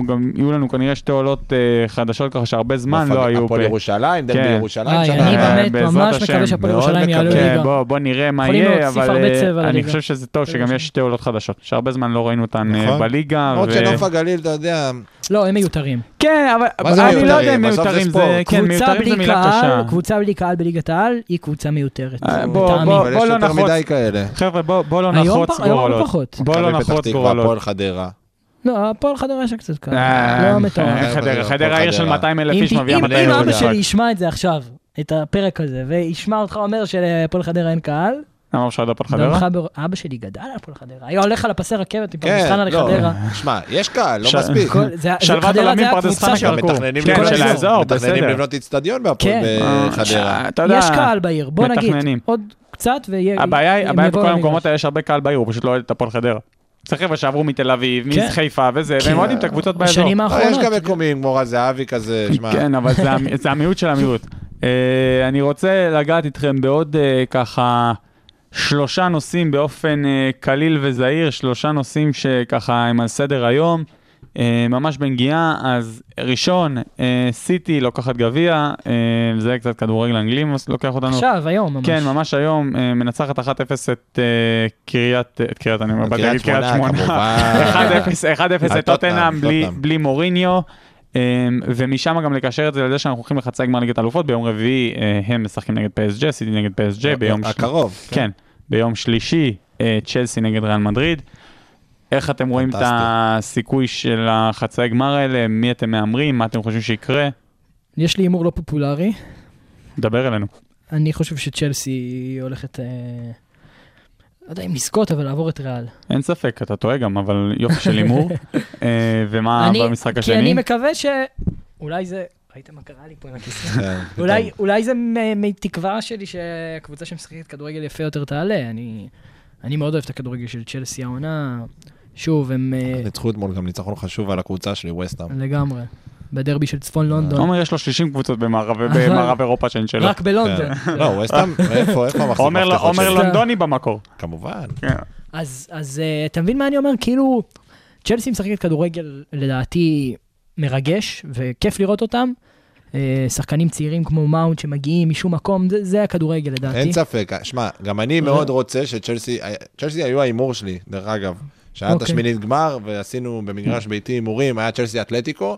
Speaker 4: גם יהיו לנו כנראה שתי עולות אה, חדשות ככה שהרבה זמן לא היו.
Speaker 6: הפועל
Speaker 4: ב-
Speaker 6: ירושלים, דרבי
Speaker 4: כן.
Speaker 6: ירושלים
Speaker 5: איי,
Speaker 6: שנה.
Speaker 5: אני
Speaker 4: אה,
Speaker 5: באמת
Speaker 4: בעזרת
Speaker 5: ממש
Speaker 4: השם,
Speaker 5: מקווה שהפועל
Speaker 6: מאוד
Speaker 5: ירושלים יעלו
Speaker 6: מקווה.
Speaker 4: כן,
Speaker 5: ליגה.
Speaker 4: בוא, בוא נראה מה
Speaker 5: יכולים
Speaker 4: יהיה,
Speaker 5: להוסיף
Speaker 4: אבל
Speaker 5: הרבה
Speaker 4: אה,
Speaker 5: צבע
Speaker 4: אני
Speaker 5: לליגה.
Speaker 4: חושב שזה טוב שגם יש שתי עולות חדשות, שהרבה זמן לא ראינו אותן אה,
Speaker 6: נכון.
Speaker 4: בליגה.
Speaker 6: למרות
Speaker 4: ו-
Speaker 6: שנוף הגליל, אתה יודע,
Speaker 5: לא, הם מיותרים.
Speaker 4: כן, אבל
Speaker 6: מה זה
Speaker 4: אני לא יודע אם
Speaker 6: מיותרים? בסוף זה
Speaker 4: מיותרים זה, כן,
Speaker 6: ספורט.
Speaker 5: קבוצה
Speaker 4: מיותרים זה
Speaker 5: בלי
Speaker 4: מילה
Speaker 5: קהל,
Speaker 4: קשה.
Speaker 5: קבוצה בלי קהל בליגת העל היא קבוצה מיותרת.
Speaker 4: אה, בוא,
Speaker 5: לטעמי.
Speaker 4: בוא,
Speaker 6: אבל יש
Speaker 4: לא
Speaker 6: יותר
Speaker 4: נחרוץ.
Speaker 6: מדי כאלה.
Speaker 4: חבר'ה, בוא בוא לא
Speaker 5: היום
Speaker 4: נחרוץ
Speaker 5: פח- היום
Speaker 4: גורלות.
Speaker 5: פחות.
Speaker 4: בוא לא
Speaker 6: מכבי פתח
Speaker 4: נחרוץ
Speaker 6: תקווה,
Speaker 4: גורלות.
Speaker 6: הפועל חדרה.
Speaker 5: לא, הפועל חדרה יש לה קצת קהל.
Speaker 4: אה,
Speaker 5: לא מטורף.
Speaker 4: חדרה, חדרה
Speaker 6: לא,
Speaker 4: עיר של 200 אלף
Speaker 5: אם
Speaker 4: איש מביאה
Speaker 5: אם-
Speaker 4: 200
Speaker 5: אם
Speaker 4: אלף
Speaker 5: אבא
Speaker 4: משחק.
Speaker 5: שלי ישמע את זה עכשיו, את הפרק הזה, וישמע אותך אומר שלפועל חדרה אין קהל,
Speaker 4: למה אפשר לדעת על
Speaker 5: גם
Speaker 4: חדרה?
Speaker 5: חבר- אבא שלי גדל על הפועל חדרה, היה הולך על הפסי רכבת מפרדס
Speaker 6: כן,
Speaker 5: חנה
Speaker 6: לא,
Speaker 5: לחדרה.
Speaker 6: שמע, יש קהל, לא
Speaker 4: ש-
Speaker 6: מספיק.
Speaker 5: כל- זה- זה-
Speaker 4: כן. שלוות
Speaker 5: חדרה
Speaker 4: עולמים
Speaker 5: זה
Speaker 4: פרדס
Speaker 5: הקבוצה
Speaker 4: חנה
Speaker 5: של-
Speaker 4: גם
Speaker 5: הכל.
Speaker 6: מתכננים
Speaker 4: כן,
Speaker 6: לבנות-
Speaker 5: של
Speaker 4: האזור,
Speaker 6: מתכננים
Speaker 4: בסדר.
Speaker 6: לבנות איצטדיון בהפועל אה,
Speaker 5: כן.
Speaker 4: אה,
Speaker 6: בחדרה.
Speaker 4: אתה יודע,
Speaker 5: יש קהל בעיר, בוא נגיד,
Speaker 4: מתכננים.
Speaker 5: עוד קצת ויהיה...
Speaker 4: הבעיה היא,
Speaker 5: הם
Speaker 4: הבעיה
Speaker 5: יבואו
Speaker 4: בכל
Speaker 5: למגרש.
Speaker 4: המקומות האלה יש הרבה קהל בעיר, הוא פשוט לא אוהד את הפועל חדרה. זה חבר'ה שעברו מתל אביב,
Speaker 5: כן.
Speaker 4: מחיפה וזה,
Speaker 5: כן.
Speaker 4: והם אוהדים את הקבוצות באזור.
Speaker 5: בשנים
Speaker 6: לא, יש
Speaker 5: האחרונות.
Speaker 6: גם מקומיים כמו רז זהבי כזה, שמע.
Speaker 4: כן, אבל זה המ- זה המיעוט של המיעוט. אה, אני רוצה לגעת איתכם בעוד אה, ככה שלושה נושאים באופן אה, קליל וזהיר, שלושה נושאים שככה הם על סדר היום, אה, ממש בנגיעה. אז ראשון, אה, סיטי לוקחת גביע, אה, זה קצת כדורגל אנגלי מוס- לוקח אותנו.
Speaker 5: עכשיו, היום ממש.
Speaker 4: כן, ממש היום, אה, מנצחת 1-0 את אה, קריית, את קריית, אני אומר, באתי להגיד קריית שמונה. (laughs) 1-0 1-0
Speaker 6: על
Speaker 4: לטוטנאם
Speaker 6: טוטנהאם,
Speaker 4: בלי-
Speaker 6: טוטנהאם.
Speaker 4: בלי מוריניו. אמ, ומשם גם לקשר את זה לזה שאנחנו הולכים לחצי גמר ליגת האלופות, ביום רביעי אה, הם משחקים נגד PSG, סיטי נגד PSG, ביום של-
Speaker 6: אה, הקרוב.
Speaker 4: אה, כן, ביום שלישי אה, צ'לסי נגד ריאל מדריד. איך אתם רואים את
Speaker 6: פנטסטי.
Speaker 4: הסיכוי של החצי גמר האלה? מי אתם מהמרים? מה אתם חושבים שיקרה?
Speaker 5: יש לי הימור לא פופולרי.
Speaker 4: דבר אלינו.
Speaker 5: אני חושב שצ'לסי הולכת, אה, לא יודע אם לזכות, אבל לעבור את ריאל.
Speaker 4: אין ספק, אתה טועה גם, אבל יופי של
Speaker 5: (laughs)
Speaker 4: הימור. אה, ומה
Speaker 5: אני-
Speaker 4: במשחק
Speaker 5: כי אני
Speaker 4: השני?
Speaker 5: מקווה ש... אולי זה... ראית מה קרה לי פה עם הכיסא?
Speaker 6: כן,
Speaker 5: אולי,
Speaker 6: פתאום.
Speaker 5: אולי זה מ- מתקווה שלי שהקבוצה שמשחקת כדורגל יפה יותר תעלה. אני, אני מאוד אוהב את הכדורגל של צ'לסי העונה. שוב, הם אה,
Speaker 6: ניצחו אתמול גם ניצחון חשוב על הקבוצה שלי, ווסטהאם.
Speaker 5: לגמרי. בדרבי של צפון לונדון.
Speaker 4: עומר יש לו 60 קבוצות במערב
Speaker 5: אבל-
Speaker 4: במערב אירופה שהן שלו.
Speaker 5: רק בלונדון.
Speaker 6: (laughs) כן. לא, ווסטהאם, איפה, איפה המחזיק
Speaker 4: עומר לא-
Speaker 6: המפתחות
Speaker 4: עומר
Speaker 6: שלי?
Speaker 5: לא-
Speaker 4: לונדוני במקור.
Speaker 6: כמובן.
Speaker 5: אז, אז אה, אתה מבין מה אני אומר? כאילו, צ'לסי משחקת כדורגל, לדעתי, מרגש, וכיף לראות אותם. אה, שחקנים צעירים כמו מאונט שמגיעים משום מקום, זה, זה הכדורגל לדעתי.
Speaker 6: אין ספק, שמע, גם אני
Speaker 5: זה-
Speaker 6: מאוד רוצה שצ'לסי, אה, צ'לסי היו ההימור שלי, דרך אגב, שהיה את
Speaker 5: אוקיי.
Speaker 6: השמינית גמר, ועשינו במגרש ביתי הימורים, היה צ'לסי אתלטיקו,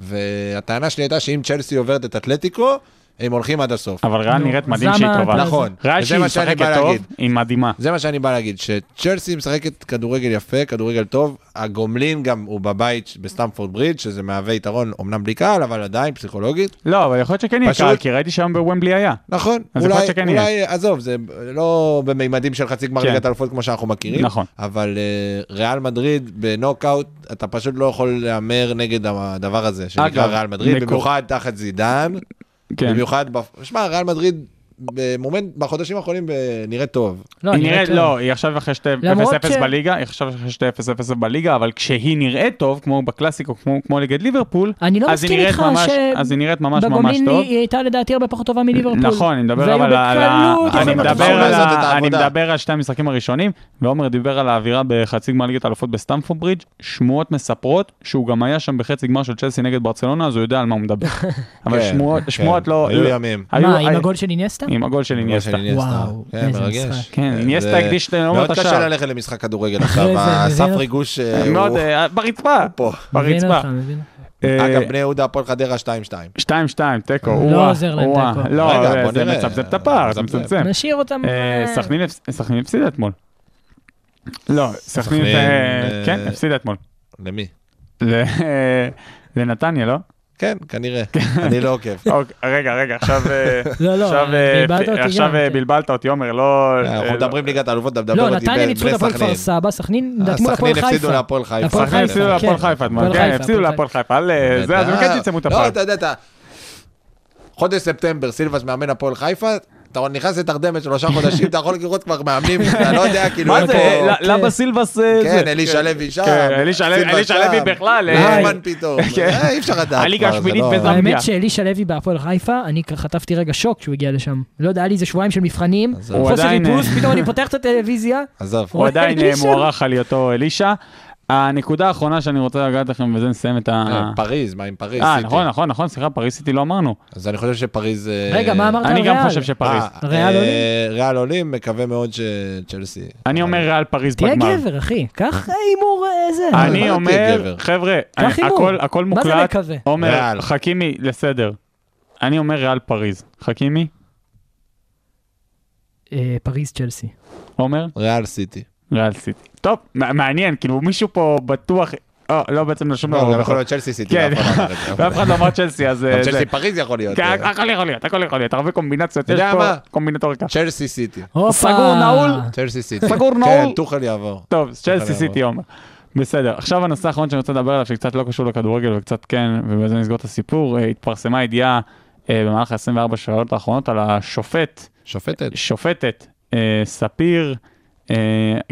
Speaker 6: והטענה שלי הייתה שאם צ'לסי עוברת את אתלטיקו, הם הולכים עד הסוף.
Speaker 4: אבל ריאל
Speaker 5: נו,
Speaker 4: נראית
Speaker 5: אז
Speaker 4: מדהים
Speaker 5: למה
Speaker 4: שהיא
Speaker 5: אתה-
Speaker 4: טובה.
Speaker 6: נכון,
Speaker 4: ריאל
Speaker 6: וזה
Speaker 4: שהיא
Speaker 6: מה שאני בא
Speaker 4: משחקת טוב,
Speaker 6: להגיד.
Speaker 4: היא מדהימה.
Speaker 6: זה מה שאני בא להגיד, שצ'לסי משחקת כדורגל יפה, כדורגל טוב, הגומלין גם הוא בבית בסטמפורד ברידג', שזה מהווה יתרון, אמנם בלי קהל, אבל עדיין פסיכולוגית.
Speaker 4: לא, אבל יכול להיות שכן יהיה
Speaker 6: פשוט-
Speaker 4: קהל, כי ראיתי שהיום בוומבלי היה.
Speaker 6: נכון,
Speaker 4: אז יכול
Speaker 6: אולי,
Speaker 4: להיות שכן יהיה.
Speaker 6: אולי, עזוב, זה לא במימדים של חצי גמר
Speaker 4: כן.
Speaker 6: ליגת אלופות כמו שאנחנו מכירים,
Speaker 4: נכון.
Speaker 6: אבל uh, ריאל מדריד בנוקאוט, אתה פשוט לא יכול להמר נגד הדבר הזה, שנקרא
Speaker 4: אגב,
Speaker 6: ריאל מדריד,
Speaker 4: מקור-
Speaker 6: במיוחד תחת זידן,
Speaker 4: כן.
Speaker 5: לא,
Speaker 6: במיוחד, בפ- שמע, ריאל מדריד במומנט, בחודשים האחרונים אה, נראית טוב.
Speaker 5: לא,
Speaker 4: היא
Speaker 5: אני
Speaker 4: נראית,
Speaker 5: רק-
Speaker 4: לא, היא עכשיו אחרי שתי 0-0
Speaker 5: למרות ש-
Speaker 4: בליגה, היא עכשיו אחרי שתי 0-0 בליגה, אבל כשהיא נראית טוב, כמו בקלאסיקו, כמו- כמו נגד ליברפול,
Speaker 5: אני לא
Speaker 4: אז היא
Speaker 5: מסכים
Speaker 4: נראית
Speaker 5: איתך
Speaker 4: ממש-
Speaker 5: ש-
Speaker 4: אז היא נראית ממש ממש
Speaker 5: בגומלין
Speaker 4: טוב.
Speaker 5: היא הייתה לדעתי הרבה פחות טובה מליברפול.
Speaker 4: נכון, אני מדבר
Speaker 5: והיו
Speaker 4: אבל על ה...
Speaker 5: בקלות
Speaker 4: אני
Speaker 5: עושים את
Speaker 4: מדבר
Speaker 5: הדבר
Speaker 4: על
Speaker 5: הזה.
Speaker 6: לעשות את
Speaker 4: ה... אני
Speaker 6: העבודה.
Speaker 4: מדבר על שתי המשחקים הראשונים, ועומר דיבר על האווירה בחצי גמר ליגת האלופות בסטמפורד ברידג', שמועות מספרות שהוא גם היה שם בחצי גמר של צ'לסי נגד ברצלונה, אז הוא יודע על מה הוא
Speaker 5: (laughs)
Speaker 4: מדבר. אבל
Speaker 6: כן,
Speaker 4: שמועות-
Speaker 6: כן,
Speaker 4: שמועות לא...
Speaker 6: היו
Speaker 4: לא-
Speaker 6: ימים.
Speaker 4: היו-
Speaker 5: מה, עם
Speaker 4: היו-
Speaker 5: הגול של איניאסטה?
Speaker 4: עם הגול של איניאסטה.
Speaker 5: וואו,
Speaker 6: כן,
Speaker 5: איזה
Speaker 6: מרגש.
Speaker 5: משחק.
Speaker 4: כן,
Speaker 6: אה,
Speaker 4: איניאסטה
Speaker 6: זה-
Speaker 4: הקדיש את נאומות
Speaker 6: מאוד קשה
Speaker 4: השער.
Speaker 6: ללכת למשחק
Speaker 5: (laughs)
Speaker 6: כדורגל
Speaker 5: אחרי
Speaker 6: עכשיו,
Speaker 5: זה,
Speaker 6: הסף
Speaker 5: מבין אותך.
Speaker 6: ריגוש אה,
Speaker 4: מאוד,
Speaker 6: הוא
Speaker 4: אה, ברצפה,
Speaker 6: פה.
Speaker 5: מבין
Speaker 4: ברצפה.
Speaker 5: אותך, מבין.
Speaker 4: אה,
Speaker 6: אגב, בני יהודה, הפועל חדרה 2-2.
Speaker 4: 2-2, תיקו,
Speaker 5: לא
Speaker 4: או-אה,
Speaker 5: עוזר להם
Speaker 4: או-אה.
Speaker 5: תיקו.
Speaker 4: לא,
Speaker 6: רגע,
Speaker 4: אה,
Speaker 6: בוא
Speaker 4: זה
Speaker 6: נראה.
Speaker 4: מצמצם את הפער, זה
Speaker 6: מצמצם.
Speaker 4: מצמצם.
Speaker 5: כן. נשאיר אותם...
Speaker 4: אה,
Speaker 5: אה,
Speaker 4: סכנין הפס- סכנין הפסידה אתמול. לא, סכנין,
Speaker 6: סכנין,
Speaker 4: אה,
Speaker 6: אה,
Speaker 4: כן, הפסידה אתמול.
Speaker 6: למי?
Speaker 4: ל- אה, לנתניה, לא?
Speaker 6: כן, כנראה. אני לא עוקב.
Speaker 4: אוקיי, רגע, רגע, עכשיו... אה,
Speaker 5: (laughs) לא, לא,
Speaker 4: עכשיו, אה,
Speaker 5: בלבלת אותי
Speaker 4: עכשיו
Speaker 5: גם,
Speaker 4: אה,
Speaker 5: כן.
Speaker 4: בלבלת אותי, עומר, לא... אה,
Speaker 6: אנחנו
Speaker 4: לא.
Speaker 6: מדברים ליגת האלופות, אתה מדבר
Speaker 5: לא,
Speaker 6: אותי
Speaker 5: נתניה
Speaker 6: ב-
Speaker 5: ניצחו את הפועל
Speaker 6: בסכנין.
Speaker 5: כפר סבא, סכנין
Speaker 6: אה,
Speaker 5: נתנו להפועל
Speaker 6: סכנין הפסידו
Speaker 5: חיפה.
Speaker 6: להפועל חיפה.
Speaker 5: הפועל
Speaker 4: סכנין לא, הפסידו
Speaker 5: כן.
Speaker 4: להפועל חיפה, אתמול.
Speaker 5: הפועל
Speaker 4: כן,
Speaker 5: חיפה,
Speaker 4: הפסידו
Speaker 5: הפועל
Speaker 4: להפועל חיפה, אל, אה, זה, אז הם כן צמצמו את
Speaker 6: לא,
Speaker 4: הפער.
Speaker 6: אתה יודע, אתה... חודש ספטמבר, סילבס מאמן הפועל חיפה, אתה עוד נכנס לתרדמת שלושה חודשים, אתה יכול לראות כבר
Speaker 5: (laughs)
Speaker 6: מאמנים, אתה לא יודע, כאילו,
Speaker 4: מה
Speaker 6: איפה...
Speaker 4: זה,
Speaker 5: אה,
Speaker 4: ל- למה סילבס אה, זה?
Speaker 6: כן, אלישע לוי שם.
Speaker 4: כן, אלישע לוי-
Speaker 6: סילבס
Speaker 4: אלישע
Speaker 6: שם,
Speaker 4: לוי בכלל, אה,
Speaker 6: נחמן פתאום.
Speaker 4: (laughs) כן.
Speaker 6: אה, אי אפשר לדעת.
Speaker 4: הליגה
Speaker 6: כבר, זה
Speaker 4: השמינית
Speaker 6: לא-
Speaker 4: בזמביה.
Speaker 5: האמת שאלישע לוי בהפועל חיפה, אני כ- חטפתי רגע שוק כשהוא הגיע לשם. לא יודע, היה לי איזה שבועיים של מבחנים,
Speaker 6: עזוב.
Speaker 4: הוא
Speaker 5: חוסר
Speaker 4: עדיין,
Speaker 5: ריפוס,
Speaker 4: אה,
Speaker 5: פתאום אני פותח את
Speaker 4: (laughs)
Speaker 5: הטלוויזיה.
Speaker 6: עזוב.
Speaker 4: הוא עדיין אה,
Speaker 5: אלישע.
Speaker 4: מוערך על היותו אלישע. הנקודה האחרונה שאני רוצה לגעת לכם, וזה נסיים את ה...
Speaker 6: אה, פריז, מה עם פריז?
Speaker 4: אה,
Speaker 6: סיטי.
Speaker 4: נכון, נכון, נכון, סליחה, פריס סיטי לא אמרנו.
Speaker 6: אז אני חושב שפריז... אה,
Speaker 5: רגע, מה אמרת?
Speaker 4: אני גם
Speaker 5: ריאל.
Speaker 4: חושב שפריז.
Speaker 6: אה,
Speaker 5: ריאל
Speaker 6: אה,
Speaker 5: עולים?
Speaker 6: ריאל עולים, מקווה מאוד שצ'לסי.
Speaker 4: אני אומר ריאל פריז
Speaker 5: תהיה
Speaker 4: בגמר.
Speaker 5: גבר, אחי. קח הימור אה, זה.
Speaker 6: מה
Speaker 4: אני
Speaker 6: זה
Speaker 4: אומר,
Speaker 6: גבר?
Speaker 4: חבר'ה,
Speaker 5: קח
Speaker 4: אני-
Speaker 5: הימור.
Speaker 4: הכל הכל
Speaker 5: מה זה
Speaker 4: מוקלט.
Speaker 5: מקווה?
Speaker 4: עומר,
Speaker 6: ריאל.
Speaker 4: חכימי, לסדר. אני אומר ריאל פריז. חכימי,
Speaker 5: אה, פריז צ'לסי.
Speaker 4: עומר,
Speaker 6: ריאל סיטי.
Speaker 4: ריאל סיטי. טוב, מע- מעניין, כאילו מישהו פה בטוח אה, לא, בעצם לשום
Speaker 6: לא,
Speaker 4: דבר.
Speaker 6: גם יכול להיות צ'לסי סיטי.
Speaker 4: כן,
Speaker 6: ואף אחד לא אמר את זה.
Speaker 4: (laughs) ואף אחד לא אמר צ'לסי, אז...
Speaker 6: גם
Speaker 4: אה, זה-
Speaker 6: צ'לסי פריז יכול להיות.
Speaker 4: כן,
Speaker 6: אה,
Speaker 4: הכל יכול להיות, הכל יכול להיות, הרבה קומבינציות,
Speaker 6: אתה
Speaker 4: יש
Speaker 6: יודע
Speaker 4: פה
Speaker 6: מה?
Speaker 4: קומבינטוריקה.
Speaker 6: צ'לסי סיטי.
Speaker 5: הופה.
Speaker 4: סגור, נעול.
Speaker 6: צ'לסי סיטי.
Speaker 4: סגור
Speaker 6: כן,
Speaker 4: נעול.
Speaker 6: טוחל יעבור.
Speaker 4: טוב, אז צ'לסי
Speaker 6: יעבור.
Speaker 4: סיטי עומר. בסדר, עכשיו הנושא האחרון שאני רוצה לדבר עליו, שקצת לא קשור לכדורגל וקצת כן, ובזה נסגור את הסיפור, אה, התפרסמה ידיעה אה, במהלך 24 שעות האחרונות על השופט,
Speaker 6: שופטת.
Speaker 4: שופטת אה, ספיר אה,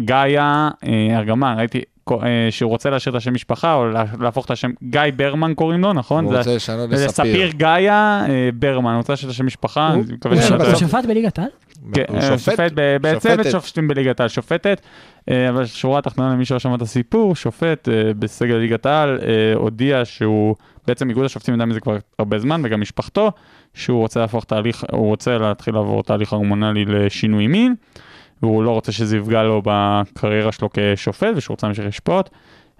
Speaker 4: גאיה אה, ארגמן, ראיתי כו- אה, שהוא רוצה להשאיר את השם משפחה או לה- להפוך את השם, גיא ברמן קוראים לו, נכון?
Speaker 6: הוא
Speaker 4: זה-
Speaker 6: רוצה לשנות
Speaker 4: זה ספיר
Speaker 6: לספיר.
Speaker 4: גאיה אה, ברמן, הוא רוצה להשאיר את השם משפחה, אני מקווה
Speaker 5: הוא
Speaker 4: שאני לא
Speaker 5: הוא
Speaker 4: טועה.
Speaker 5: שפט בליגת העל?
Speaker 4: כן,
Speaker 6: הוא
Speaker 4: שופט ב- בצוות
Speaker 6: שופטת.
Speaker 4: שופטים בליגת העל, שופטת. אה, אבל שורה התחתונה למי שלא שמע את הסיפור, שופט אה, בסגל ליגת העל אה, הודיע שהוא, בעצם איגוד השופטים ידע מזה כבר הרבה זמן, וגם משפחתו, שהוא רוצה להפוך תהליך, הוא רוצה להתחיל לעבור תהליך הרמונלי לשינוי מין, והוא לא רוצה שזה יפגע לו בקריירה שלו כשופט, ושהוא רוצה להמשיך לשפוט.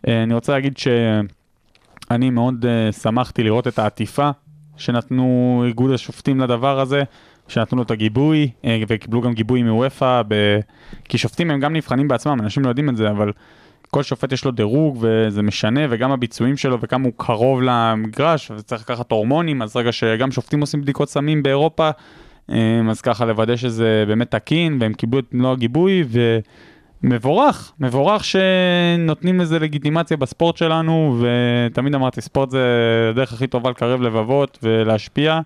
Speaker 4: אה, אני רוצה להגיד שאני מאוד אה, שמחתי לראות את העטיפה שנתנו איגוד השופטים לדבר הזה. שנתנו לו את הגיבוי, אה, וקיבלו גם גיבוי מוופא, ב... כי שופטים הם גם נבחנים בעצמם, אנשים לא יודעים את זה, אבל כל שופט יש לו דירוג, וזה משנה, וגם הביצועים שלו, וכמה הוא קרוב למגרש, וצריך לקחת הורמונים, אז רגע שגם שופטים עושים בדיקות סמים באירופה, אה, אז ככה לוודא שזה באמת תקין, והם קיבלו את מלוא הגיבוי, ומבורך, מבורך שנותנים לזה לגיטימציה בספורט שלנו, ותמיד אמרתי, ספורט זה הדרך הכי טובה לקרב לבבות ולהשפיע.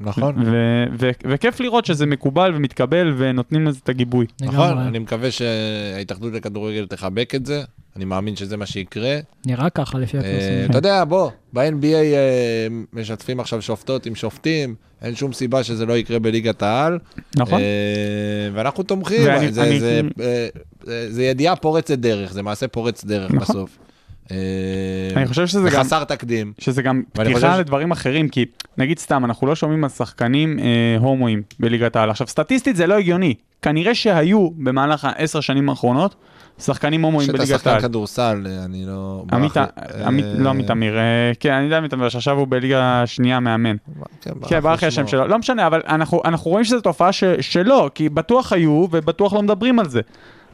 Speaker 6: נכון.
Speaker 4: ו- ו- וכיף לראות שזה מקובל ומתקבל ונותנים לזה את הגיבוי.
Speaker 6: נכון,
Speaker 5: לגמרי.
Speaker 6: אני מקווה שההתאחדות לכדורגל תחבק את זה, אני מאמין שזה מה שיקרה.
Speaker 5: נראה ככה לפי
Speaker 6: אה,
Speaker 5: הפרסומים.
Speaker 6: אתה יודע, בוא, ב-NBA אה, משתפים עכשיו שופטות עם שופטים, אין שום סיבה שזה לא יקרה בליגת העל.
Speaker 4: נכון?
Speaker 6: אה, ואנחנו תומכים,
Speaker 4: ואני-
Speaker 6: זה-
Speaker 4: אני-
Speaker 6: זה- אה, זה- זה ידיעה פורצת דרך, זה מעשה פורץ דרך
Speaker 4: נכון.
Speaker 6: בסוף. אה,
Speaker 4: אני חושב שזה גם-
Speaker 6: וחסר תקדים.
Speaker 4: שזה גם
Speaker 6: ואני
Speaker 4: פתיחה
Speaker 6: חושב ש-
Speaker 4: לדברים אחרים, כי נגיד סתם, אנחנו לא שומעים על שחקנים אה, הומואים בליגת העל. עכשיו, סטטיסטית זה לא הגיוני. כנראה שהיו במהלך העשר שנים האחרונות שחקנים הומואים
Speaker 6: שאתה
Speaker 4: בליגת
Speaker 6: שחקן
Speaker 4: העל.
Speaker 6: כדורסל, אה, אני לא...
Speaker 4: עמית,
Speaker 6: ברח לי.
Speaker 4: עמית-
Speaker 6: אה,
Speaker 4: לא עמית אמיר, אה, כן, אני יודע עמית אמיר, שעכשיו הוא בליגה השנייה מאמן. כן, ברח לי השם
Speaker 6: שמו.
Speaker 4: שלו. לא משנה, אבל אנחנו אנחנו רואים שזו תופעה ש- שלא, כי בטוח היו ובטוח לא מדברים על זה.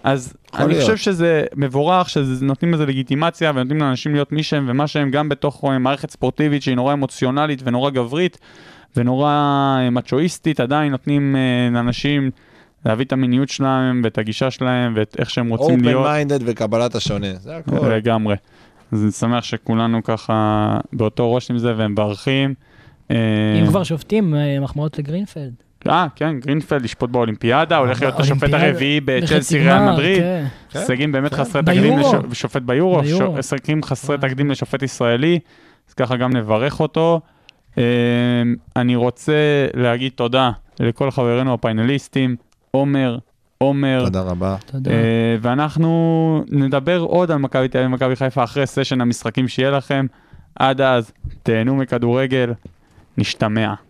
Speaker 4: אז
Speaker 6: יכול
Speaker 4: אני
Speaker 6: להיות.
Speaker 4: חושב שזה מבורך, שנותנים לזה לגיטימציה ונותנים לאנשים להיות מי שהם ומה שהם, גם בתוך אה, מערכת ספורטיבית שהיא נורא אמוציונלית ונורא גברית ונורא אה, מצ'ואיסטית, עדיין נותנים אה, לאנשים להביא את המיניות שלהם ואת הגישה שלהם ואת איך שהם רוצים
Speaker 6: אופן
Speaker 4: להיות.
Speaker 6: מיינדד וקבלת השונה, זה הכל.
Speaker 4: לגמרי. אז אני שמח שכולנו ככה באותו ראש עם זה והם מברכים. אה,
Speaker 5: אם כבר שופטים, אה, מחמאות לגרינפלד.
Speaker 4: אה, כן, גרינפלד ישפוט באולימפיאדה, הולך להיות השופט
Speaker 5: האולימפיאדה,
Speaker 4: הרביעי בצ'לסי
Speaker 5: אה, בחצי
Speaker 4: ריאל
Speaker 5: גמר,
Speaker 4: מדריד.
Speaker 5: כן.
Speaker 4: הישגים באמת חסרי
Speaker 5: ביורו.
Speaker 4: תקדים לש- לשופט ביורו,
Speaker 5: ביורו. אה.
Speaker 4: ש- הישגים חסרי
Speaker 5: וואו.
Speaker 4: תקדים לשופט ישראלי, אז ככה גם נברך אותו. אה, אני רוצה להגיד תודה לכל חברינו הפיינליסטים, עומר, עומר,
Speaker 6: תודה רבה.
Speaker 5: תודה.
Speaker 4: אה, ואנחנו נדבר עוד על מכבי תל אביב ומכבי חיפה אחרי סשן המשחקים שיהיה לכם. עד אז, תהנו מכדורגל, נשתמע.